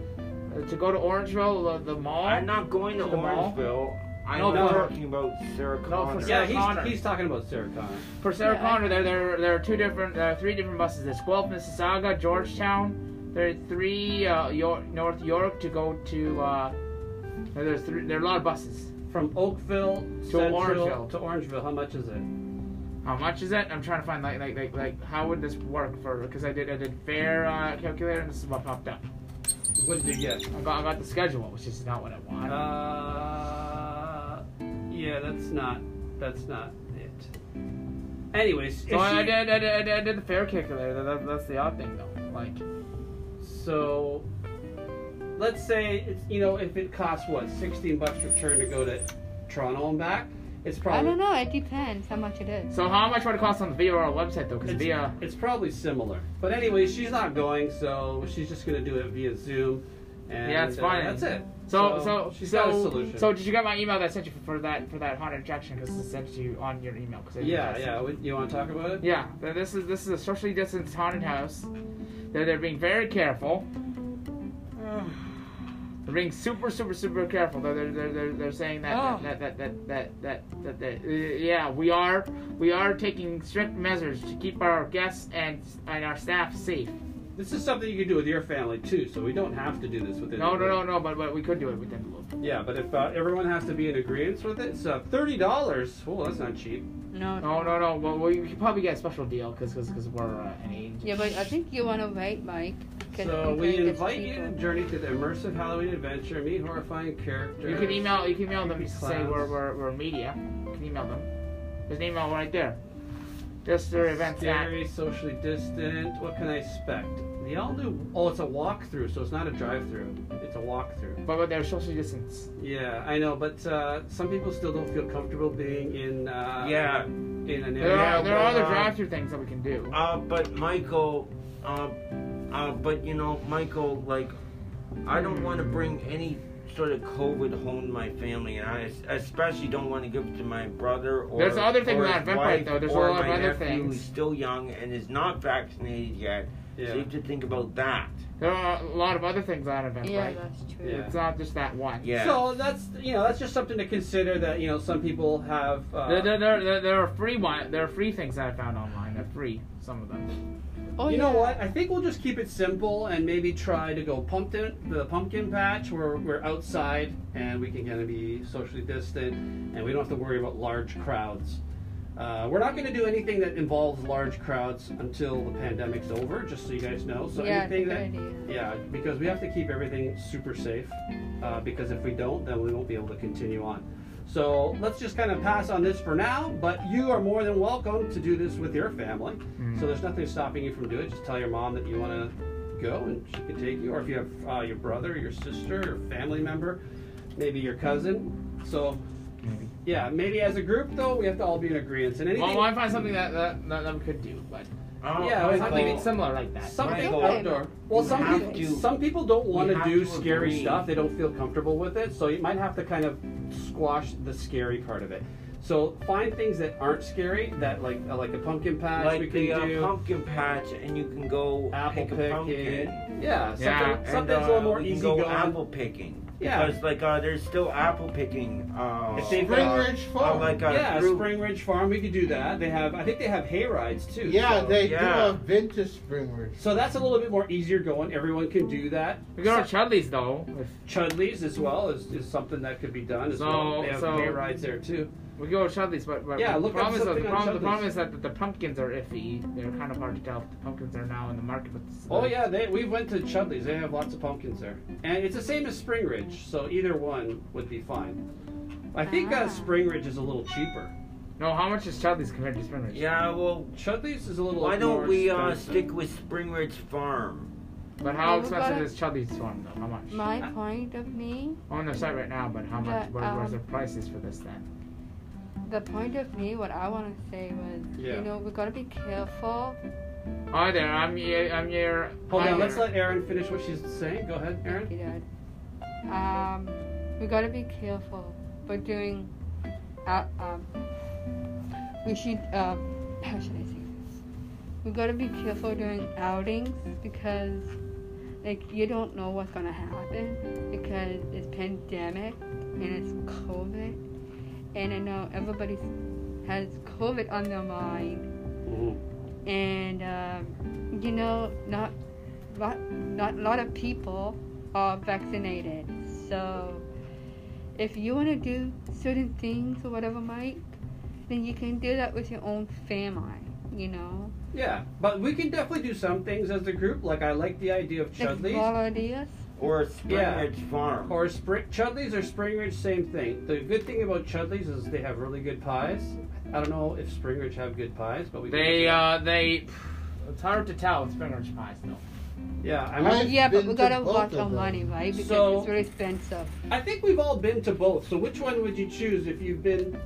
B: uh, to go to Orangeville, the, the mall.
C: I'm not going to
B: To the mall?
C: Orangeville. I'm
B: No,
C: not
A: for-
C: talking about Sarah
B: for
C: Connor.
B: Sarah
A: Yeah,
B: Connor.
A: he's, he's talking about Sarah Connor.
B: For Sarah
E: Yeah, I-
B: Connor, there there there are two different there are three different buses. There's 12 Mississauga, Georgetown. There are three uh, York, North York to go to. Uh, there's three, there are a lot of buses.
A: From Oakville to
B: Orangeville.
A: to Orangeville. How much is it?
B: How much is that? I'm trying to find like like like, like how would this work for? Because I did I did fair uh, calculator and this is what popped up.
A: What did you get?
B: I got, I got the schedule, which is not what I want.
A: Uh, yeah, that's not that's not it. Anyways,
B: so
A: is
B: I, I,
A: she-
B: did, I, did, I did I did the fair calculator. That, that's the odd thing though. Like
A: so let's say it's you know if it costs what sixteen bucks return to go to Toronto and back, it's
E: I
A: probably
E: don't know. It depends how much it is.
B: so, how much would it cost on the VRL website though? Because
A: It's,
B: via
A: it's probably similar. But anyway, she's not going, so she's just gonna do it via Zoom. And,
B: Yeah, it's
A: uh,
B: fine.
A: that's it.
B: so
A: so
B: so
A: she's
B: so,
A: got a solution.
B: So did you get my email that I sent you for that for that haunted attraction? Because it sent to you on your email. 'cause I didn't
A: Yeah,
B: test it.
A: yeah. would- You want to talk about it?
B: Yeah, th- this is this is a socially distanced haunted house. They're, they're being very careful. Uh,
C: Oh.
B: They're being super, super, super careful. They're they're they're, they're, they're saying that,
E: Oh.
B: that that that that that that, that, uh, yeah, we are we are taking strict measures to keep our guests and and our staff safe.
A: This is something you can do with your family too, so we don't have to do this with
B: No, no,
A: everyone.
B: no, no. But but we could do it with them.
A: Yeah, but if uh, everyone has to be in agreement with it, so thirty dollars. Oh, that's not cheap.
E: No.
B: No, no, no. Well, we we could probably get a special deal because because we're uh, an age.
E: Yeah, but I think you want to wait, Mike. 'cause
A: So
E: it's
A: we
E: gonna get
A: invite you to
E: cheaper.
A: journey to the immersive Halloween adventure, meet horrifying characters.
B: You can email you can email them to say
A: Clowns.
B: we're, we're, we're media. You can email them. There's an email right there. Just their events at
A: Scary, socially distant. What can I expect? The all new. Oh, it's a walkthrough, so it's not a drive-through. It's a walkthrough.
B: but but they're social distance.
A: Yeah, I know, but uh, some people still don't feel comfortable being in. Uh,
C: Yeah.
A: In an
B: There
A: area.
B: are there are
C: well,
B: other
C: uh,
B: drive through things that we can do.
C: Uh, but Michael, uh, uh, but you know, Michael, like, I don't want to bring any sort of COVID home to my family, and I es- especially don't want to give it to my brother or.
B: There's other things
C: or
B: about
C: his
B: Eventbrite,
C: wife
B: though. There's a
C: or
B: lot of
C: my
B: other
C: nephew
B: things.
C: Who's still young and is not vaccinated yet. So you
A: Yeah.
C: have to think about that.
B: There are a lot of other things on events,
E: Yeah,
B: right?
E: that's true.
A: Yeah.
B: It's not just that one.
C: Yeah.
A: So that's you know that's just something to consider that you know some people have. Uh,
B: There, there, there, there, there are free one. There are free things that I found online. They're free. Some of them.
E: Oh,
A: you know
E: yeah.
A: what? I think we'll just keep it simple and maybe try to go pumpkin the pumpkin patch where we're outside and we can kind of be socially distant and we don't have to worry about large crowds. Uh, we're not going to do anything that involves large crowds until the pandemic's over, just so you guys know. So
E: yeah,
A: anything
E: good
A: that
E: idea.
A: yeah, because we have to keep everything super safe. Uh, because if we don't, then we won't be able to continue on. So let's just kind of pass on this for now. But you are more than welcome to do this with your family. So there's nothing stopping you from doing it. Just tell your mom that you want to go, and she can take you. Or if you have uh, your brother, your sister, your family member, maybe your cousin. So
B: Maybe.
A: yeah, maybe as a group though, we have to all be in agreement. And anything,
B: Well, I find something that that, that, that we could do, but
C: Oh,
A: Yeah, I was
C: Michael,
B: something similar like that.
A: Something
E: Michael,
A: outdoor. Well,
C: you
A: some
C: have
A: people,
C: to-
A: some people don't want
C: you
A: to
C: have
A: do
C: to
A: scary
C: agree.
A: stuff. They don't feel comfortable with it, so you might have to kind of squash the scary part of it. So find things that aren't scary that like uh, like the pumpkin patch we
C: Like
A: can
C: the uh,
A: do.
C: pumpkin patch, and you can go
A: Apple
C: pick a
A: picking,
C: pumpkin.
A: yeah, something,
B: Yeah,
A: something's
B: and,
A: a little
C: uh,
A: more
C: we can
A: easy
C: go
A: going.
C: apple picking.
A: Yeah.
C: Because like uh, there's still apple picking. Uh,
A: If they've
D: Spring
A: got-
D: Ridge
C: uh,
D: Farm.
C: like a
A: yeah,
C: group-
A: Spring Ridge Farm, we could do that. They have, I think they have hay rides too.
D: yeah,
A: so.
D: they
C: yeah.
D: do a vintage Spring Ridge.
A: So that's a little bit more easier going. Everyone can do that.
B: we go to Chudley's though. If
A: Chudleys as well is, is something that could be done as
B: So-
A: well. They have
B: so-
A: hay rides there too.
B: we go to Chudley's, but, but
A: Yeah,
B: the
A: look up
B: problem is that the
A: something on
B: problem, the
A: Chudley's.
B: problem is that the, the pumpkins are iffy. They're kind of hard to tell. if The pumpkins are now in the market, but this-
A: Oh yeah, they we went to Chudley's. They have lots of pumpkins there, and it's the same as Spring Ridge, so either one would be fine. I think
E: Ah.
A: uh, Spring Ridge is a little cheaper.
B: No, how much is Chudley's compared to Spring Ridge?
C: Yeah, well,
A: Chudley's is a little.
C: why
A: more
C: don't we uh,
A: expensive.
C: stick with Spring Ridge Farm?
B: But how
E: Well, we
B: expensive
E: gotta-
B: is Chudley's farm though? How much?
E: My point of me,
B: On the site right now, but how much?
E: But,
B: what, what's the
E: um,
B: prices for this then?
E: the point of me, what I want to say was,
A: Yeah.
E: you know, we gotta be careful.
B: Hi there, I'm your, I'm your.
A: Hold
B: hi
A: on, let's
B: there.
A: let Erin finish what she's saying. Go ahead, Erin.
E: you know, Um, we gotta be careful. We're doing, uh, um, we should, um, how should I say this? We gotta be careful during outings because, like, you don't know what's gonna happen because it's pandemic and it's COVID, and I know everybody has COVID on their mind
C: Mm-hmm.
E: and um, you know not lot not a lot of people are vaccinated so if you want to do certain things or whatever mike then you can do that with your own family you know
A: Yeah, but we can definitely do some things as a group. Like I like the idea of
E: like
A: Chudley's.
E: volunteers
C: Or Spring
A: Yeah.
C: Ridge Farm?
A: Or spring, Chudley's or Spring Ridge, same thing. The good thing about Chudley's is they have really good pies. I don't know if Spring Ridge have good pies, but we can look
B: They
A: it up.
B: uh they. It's hard to tell with Spring Ridge pies though.
A: yeah. I
D: I-
A: mean,
D: I've
E: yeah but
D: been
E: we
D: to
E: gotta
D: both
E: watch
D: of
E: our
D: them.
E: money right because
A: So-
E: it's really expensive
A: I think we've all been to both. So which one would you choose if you've been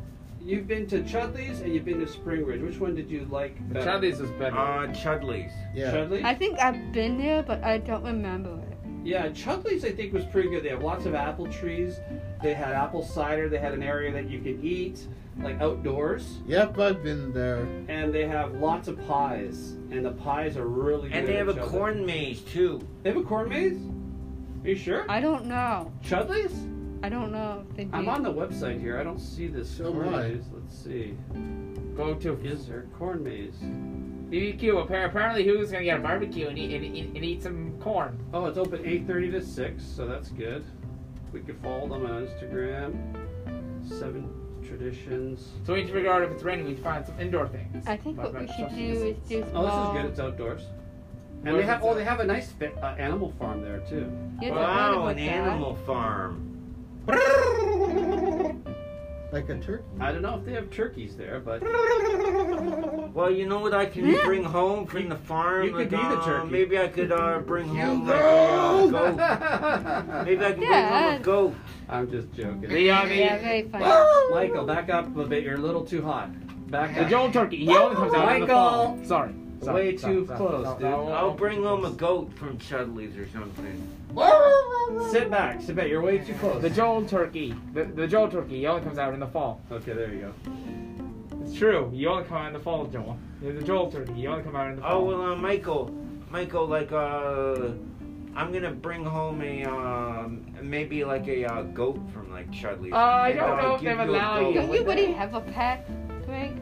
A: you've been to Chudley's and you've been to Spring Ridge? Which one did you like
B: The
A: better?
B: Chudley's was better.
C: Uh, Chudley's.
D: Yeah.
A: Chudley's?
E: i think i've been there but i don't remember it
A: yeah, Chudley's I think was pretty good. They have lots of apple trees. They had apple cider. They had an area that you could eat like outdoors,
D: Yep, I've been there.
A: and they have lots of pies. And the pies are really good.
C: And they
A: at
C: have a
A: Chudley's.
C: corn maze too.
A: They have a corn maze. Are you sure?
E: I don't know.
A: Chudley's?
E: I don't know if they do.
A: I'm on the website here. I don't see this
D: So
A: corn
D: am I.
A: maze. Let's see.
B: Go to
A: Is there corn maze?
B: BBQ. Appar- Apparently, he was gonna get a barbecue and eat, and, eat, and eat some corn.
A: Oh, it's open 8:30 to 6, so that's good. We can follow them on Instagram. Seven traditions.
B: So we need to figure out if it's raining. We need to find some indoor things.
E: I think what we should do is do
A: Oh, this
E: small.
A: is good. It's outdoors. And
B: Where
A: they
B: is
A: have
B: it
A: oh,
B: at?
A: they have a nice fa- uh, animal farm there too.
E: Yes, I heard
C: Wow,
E: about
C: an
E: that.
C: animal farm.
D: Like a turkey.
A: I don't know if they have turkeys there, but
C: Well, you know what I can bring home from the farm?
A: you could
C: Like,
A: be the
C: uh,
A: turkey.
C: Maybe I could uh, bring
D: You
C: home like, uh, a
D: go!
C: goat. Maybe I can bring home
E: Yeah.
C: a goat.
A: I'm just joking.
B: The, uh, the,
E: Yeah, very funny.
A: Michael, back up a bit. You're a little too hot. Back
B: the
A: up.
B: Joan Turkey. He only comes out in the
A: Michael!
B: fall. Sorry. Sorry,
A: Way
B: sorry,
A: too
B: sorry,
A: close,
B: sorry,
A: dude.
B: sorry.
C: I'll bring home a goat from Chudley's or something.
A: Sit back. Sit back. You're way too close.
B: The Joel Turkey. The, the Joel Turkey. He only comes out in the fall.
A: okay, there you go.
B: It's true. You only come out in the fall, Joel. You're the Joel Turkey. You only come out in the
C: Oh
B: fall.
C: well, uh, Michael, Michael, like uh, I'm gonna bring home a um, maybe like a uh, goat from like Chudley's.
B: Uh, I
C: Maybe
B: don't
C: I'll
B: know if
C: give
B: they'll
C: you a
B: allow
A: Oh,
C: goat.
B: you.
E: Don't you already have a pet, Greg?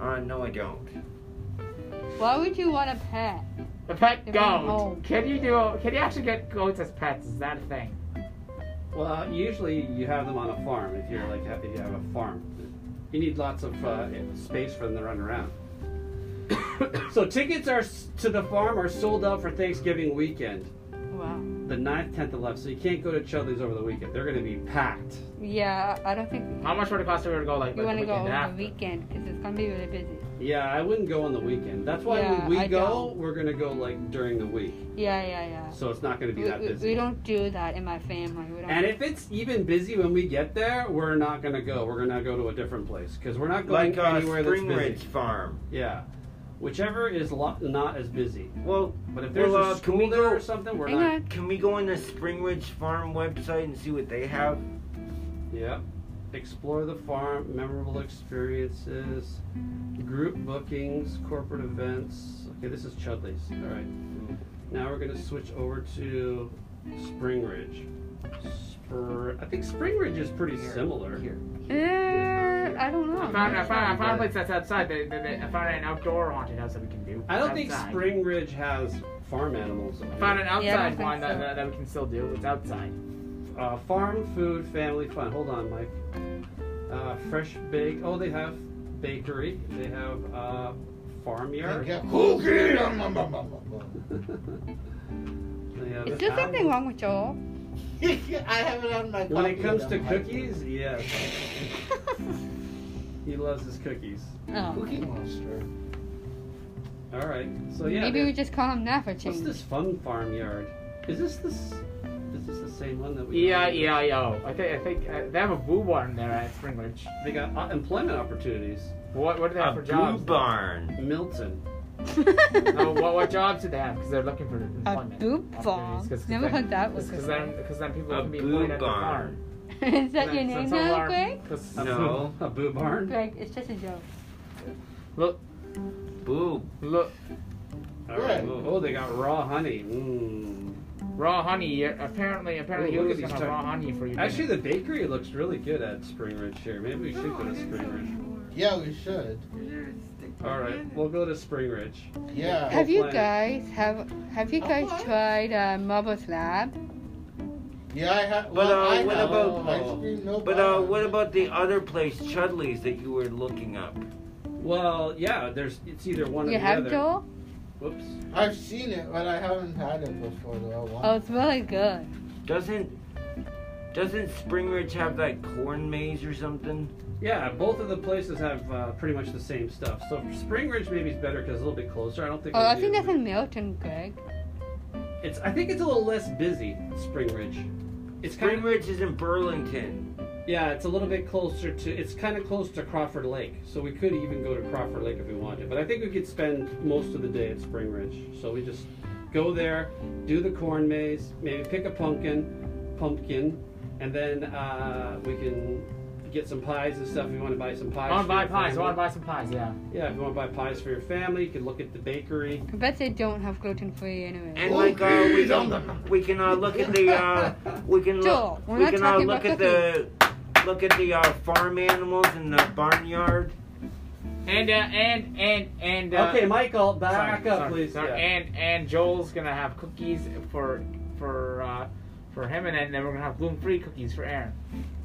C: Uh, no, I don't.
E: Why would you want a pet?
B: the pet
E: They're going
B: goat.
E: home.
B: Can you do? Can you actually get goats as pets? Is that a thing?
A: Well, uh, usually you have them on a farm if you're like if you have a farm. You need lots of uh, space for them to run around. so tickets are s- to the farm are sold out for Thanksgiving weekend,
E: Wow.
A: the 9th, 10th, 11th. So you can't go to Chudley's over the weekend. They're going to be packed.
E: Yeah, I don't think
B: How much would it cost if we were to go like,
E: you
B: like
E: want
B: the
E: to go
B: weekend
E: over the
B: after?
E: weekend because it's gonna be really busy.
A: Yeah, I wouldn't go on the weekend. That's why
E: Yeah,
A: when we
E: I
A: go,
E: don't.
A: we're going to go like during the week.
E: Yeah, yeah, yeah.
A: So it's not going to be
E: We,
A: that
E: we,
A: busy.
E: we don't do that in my family. We don't.
A: and if it's even busy when we get there, we're not going to go. We're going to go to a different place because we're not going
C: Like uh,
A: anywhere
C: Spring
A: that's busy.
C: Ridge Farm.
A: Yeah. Whichever is lo- not as busy.
C: Well,
A: But if there's
C: Well,
A: a
C: uh, can
A: school
C: we
A: there
C: go-
A: or something, we're
E: Hang
A: not.
E: on.
C: can we go on the Spring Ridge Farm website and see what they have?
A: Yeah. Explore the farm, memorable experiences, group bookings, corporate events. Okay, this is Chudley's. All right. Now we're going to switch over to Spring Ridge. Spur- I think Spring Ridge is pretty similar.
C: Here.
E: Uh, I don't know.
B: I found, I found, I
E: Oh,
B: found a place that's outside. They, they, they, I found an outdoor haunted house that we can do.
A: I don't think
B: Outside.
A: Spring Ridge has farm animals.
B: I found an outside
E: Yeah, I don't think
B: one that,
E: so.
B: that, that we can still do. It's outside.
A: Uh, farm food, family fun. Hold on, Mike. Uh, fresh bake. Oh, they have bakery. They have uh, farmyard.
D: Like a cookie. Um, um, um, um, um,
A: They have
E: Is there
A: apple-
E: something wrong with Joel?
D: um. I have it on my
A: When it
D: copy
A: comes
D: of
A: to
D: my-
A: cookies, yes, he loves his cookies.
E: oh.
D: Cookie monster.
A: All right. So yeah.
E: Maybe
A: they-
E: we just call him that for
A: what's
E: change.
A: this fun farmyard? Is this this? Is this the same one that we?
B: E I E I O. I think I think uh, they have a boo barn there at Spring Ridge.
A: They got uh, employment opportunities.
B: What what do they have
C: A
B: for
C: blue
B: jobs?
C: barn.
A: Milton.
B: oh, what, what jobs do they have? Because they're looking for
E: A
B: employment.
E: boop bomb. Never heard that was
B: Because
E: before.
B: then, because then people
C: A
B: can be
C: boo
B: employed at the
C: barn.
B: farm.
E: Is that your name now, Greg?
C: No.
A: A boo barn.
E: Greg, it's just a joke.
B: Look,
C: Boo.
B: look,
A: All right.
D: Right.
A: Oh, they got raw honey. Mmm.
B: raw honey. you're- Apparently, apparently,
A: Ooh, what
B: you
A: are
B: can
A: these
B: have
A: type-
B: raw honey for you.
A: Actually, the bakery looks really good at Spring Ridge here. Maybe we should go to Spring Ridge.
D: Yeah, we should.
A: All right, we'll go to Spring Ridge.
D: Yeah.
E: Have you
A: plan.
E: guys have Have you guys tried uh, Marbles Lab?
D: Yeah, I have.
C: But,
D: Well,
C: uh,
D: I
C: what
D: have
C: about-
D: ice cream, no
C: But uh,
D: bun.
C: what about the other place, Chudley's, that you were looking up?
A: Well, yeah, there's it's either one or
E: You
A: the
E: have
A: other.
E: Joel?
A: Whoops.
D: I've seen it, but I haven't had it before. Though I want.
E: Oh, it's really good.
C: Doesn't doesn't Spring Ridge have that corn maze or something?
A: Yeah, both of the places have uh, pretty much the same stuff. So Spring Ridge maybe is better because it's a little bit closer. I don't think.
E: Oh,
A: it'll
E: I
A: be
E: think
A: as
E: that's in Milton, Greg.
A: big. It's. I think it's a little less busy. Spring Ridge. It's kind
C: Spring
A: of
C: Ridge is in Burlington.
A: yeah. It's a little bit closer to. It's kind of close to Crawford Lake, so we could even go to Crawford Lake if we wanted. But I think we could spend most of the day at Spring Ridge. So we just go there, do the corn maze, maybe pick a pumpkin, pumpkin, and then uh, we can get some pies and stuff. If you want to buy some pies,
B: I want to
A: for
B: buy
A: your
B: pies. I
A: family.
B: want to buy some pies. Yeah.
A: Yeah, if you want to buy pies for your family, you can look at the bakery.
E: I bet they don't have gluten free anyway.
C: And like uh, we can we can uh, look at the uh, we can
E: Joel,
C: look
E: we're
C: we
E: not
C: can uh,
E: talking
C: look at
E: about
C: the look at the uh, farm animals in the barnyard.
B: And uh, and and and. Uh,
A: Okay, Michael,
B: sorry,
A: back up,
B: sorry,
A: please.
B: sorry.
A: Yeah.
B: And and Joel's gonna have cookies for for uh, for him, and then we're gonna have gluten free cookies for Aaron.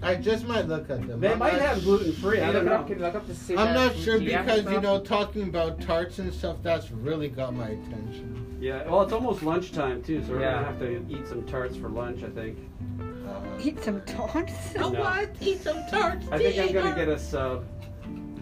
D: I just might look at them.
A: They
D: I'm
A: might
D: not
A: have
D: sh-
A: gluten free. I
B: Can
A: don't
B: you look it up?
A: know.
B: Can you look up to see
D: I'm
B: that
D: not sure
B: gluten-free
D: because
B: apple
D: you know
B: stuff?
D: talking about tarts and stuff that's really got my attention.
A: Yeah, well, it's almost lunchtime too, so we're
B: Yeah.
A: gonna have to eat some tarts for lunch. I think.
D: Uh,
E: Eat some tarts.
A: No.
D: Eat some tarts.
A: I think I'm gonna get us a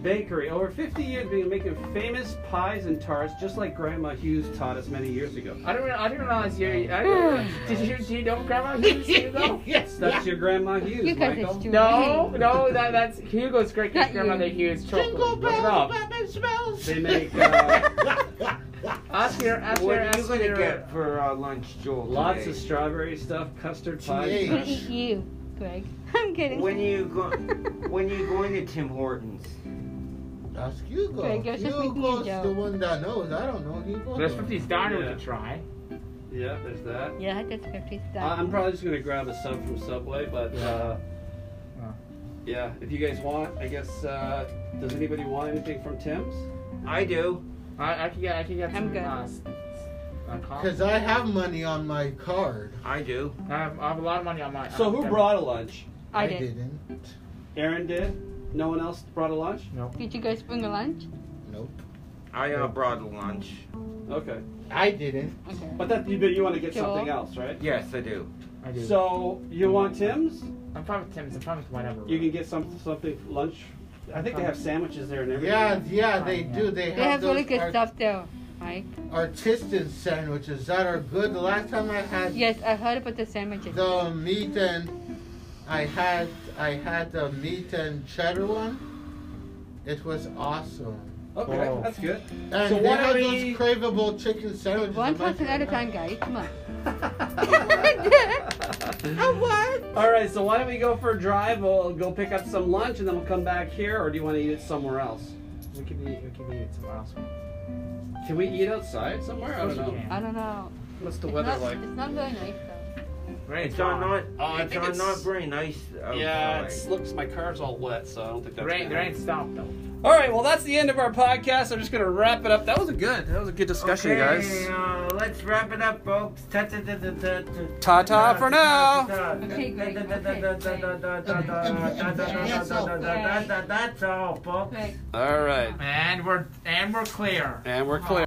A: bakery. Over 50 years being making famous pies and tarts, just like Grandma Hughes taught us many years ago.
B: I don't. re- I didn't realize you. I didn't, did you? Do you know Grandma Hughes? Do you know?
D: yes.
A: That's your Grandma Hughes,
E: You guys are
A: Michael.
E: stupid.
B: No, no. That that's Hugo's great
E: Not you.
B: grandmother Hughes.
D: Jingle
B: Chocolate. Look it
D: bells,
B: up.
D: Batman smells.
A: They make uh,
B: Ask your. Ask
C: What
B: your.
C: are you
B: Ask
C: gonna
B: your.
C: get for uh, lunch, Joel?
A: lots
C: today?
A: of strawberry stuff, custard
E: I'm gonna
A: pies.
E: eat you, Greg. I'm kidding.
C: When you go, when you going to Tim Hortons?
D: Ask Hugo.
E: Greg, you're just making a
D: Hugo's the
E: joke.
D: one that knows. I don't know Hugo.
B: There's
D: knows.
B: 50s diner we
A: Yeah.
B: could try.
A: Yeah, there's that.
E: yeah, that's 50
A: I-
E: stuff.
A: Uh, I'm probably just gonna grab a sub from Subway, but uh,
B: Yeah.
A: yeah, if you guys want, I guess. Uh, does anybody want anything from Tim's?
C: I do.
B: I, I could get. I could get
E: I'm
B: some.
E: good.
B: Uh, s- uh, coffee.
D: Cause I have money on my card.
C: I do.
B: I have, I have a lot of money on my.
A: So
B: uh,
A: who
B: debit.
A: brought a lunch?
E: I did.
D: not
A: Aaron did. No one else brought a lunch.
E: Did you guys bring a lunch?
D: Nope.
C: I uh, brought lunch.
A: Okay,
D: I didn't.
E: Okay.
A: but that you, but you want to get
E: Joel?
A: something else, right?
C: Yes, I do.
B: I do.
A: So you want Tim's?
B: I'm fine with Tim's. I'm fine with whatever.
A: You can get some something for lunch. I think they have sandwiches there and everything.
D: Yeah, yeah, they do. They have,
E: They have
D: those
E: really good
D: art-
E: stuff there, Mike.
D: artisan sandwiches that are good. The last time I had
E: Yes, I heard about the sandwiches.
D: the meat and I had I had the meat and cheddar one. It was awesome.
A: Okay,
B: Oh.
A: that's good.
D: And
A: So
D: they
A: why
D: had
A: don't
D: those
A: we-
D: craveable chicken sandwiches.
E: One
D: in my
E: person at a
D: favorite.
E: time, guys. Come on.
A: All right, so why don't we go for a drive? We'll go pick up some lunch and then we'll come back here, or do you want to eat it somewhere else?
B: We could eat. We could eat it somewhere else.
A: Can we eat outside somewhere? I don't know.
E: I don't know.
A: What's the
E: it's,
A: weather
E: not,
A: like?
E: it's not very nice though.
B: Right.
C: It's on not.
A: Oh, I
C: it's
A: think
C: on
A: it's-
C: not very nice. uh,
A: Oh,
C: Outside.
A: looks. My car's all wet, so I don't think
B: The rain. The rain stopped though.
A: All right, well that's the end of our podcast. I'm just gonna wrap it up. That was a good. That was a good discussion,
C: okay,
A: guys.
C: Uh, let's wrap it up, folks. Ta ta ta ta ta.
A: Ta ta for now.
E: Okay, great. Okay,
C: That's all, folks.
E: Greg,
A: All right,
B: And we're and we're clear.
A: and we're
B: Oh,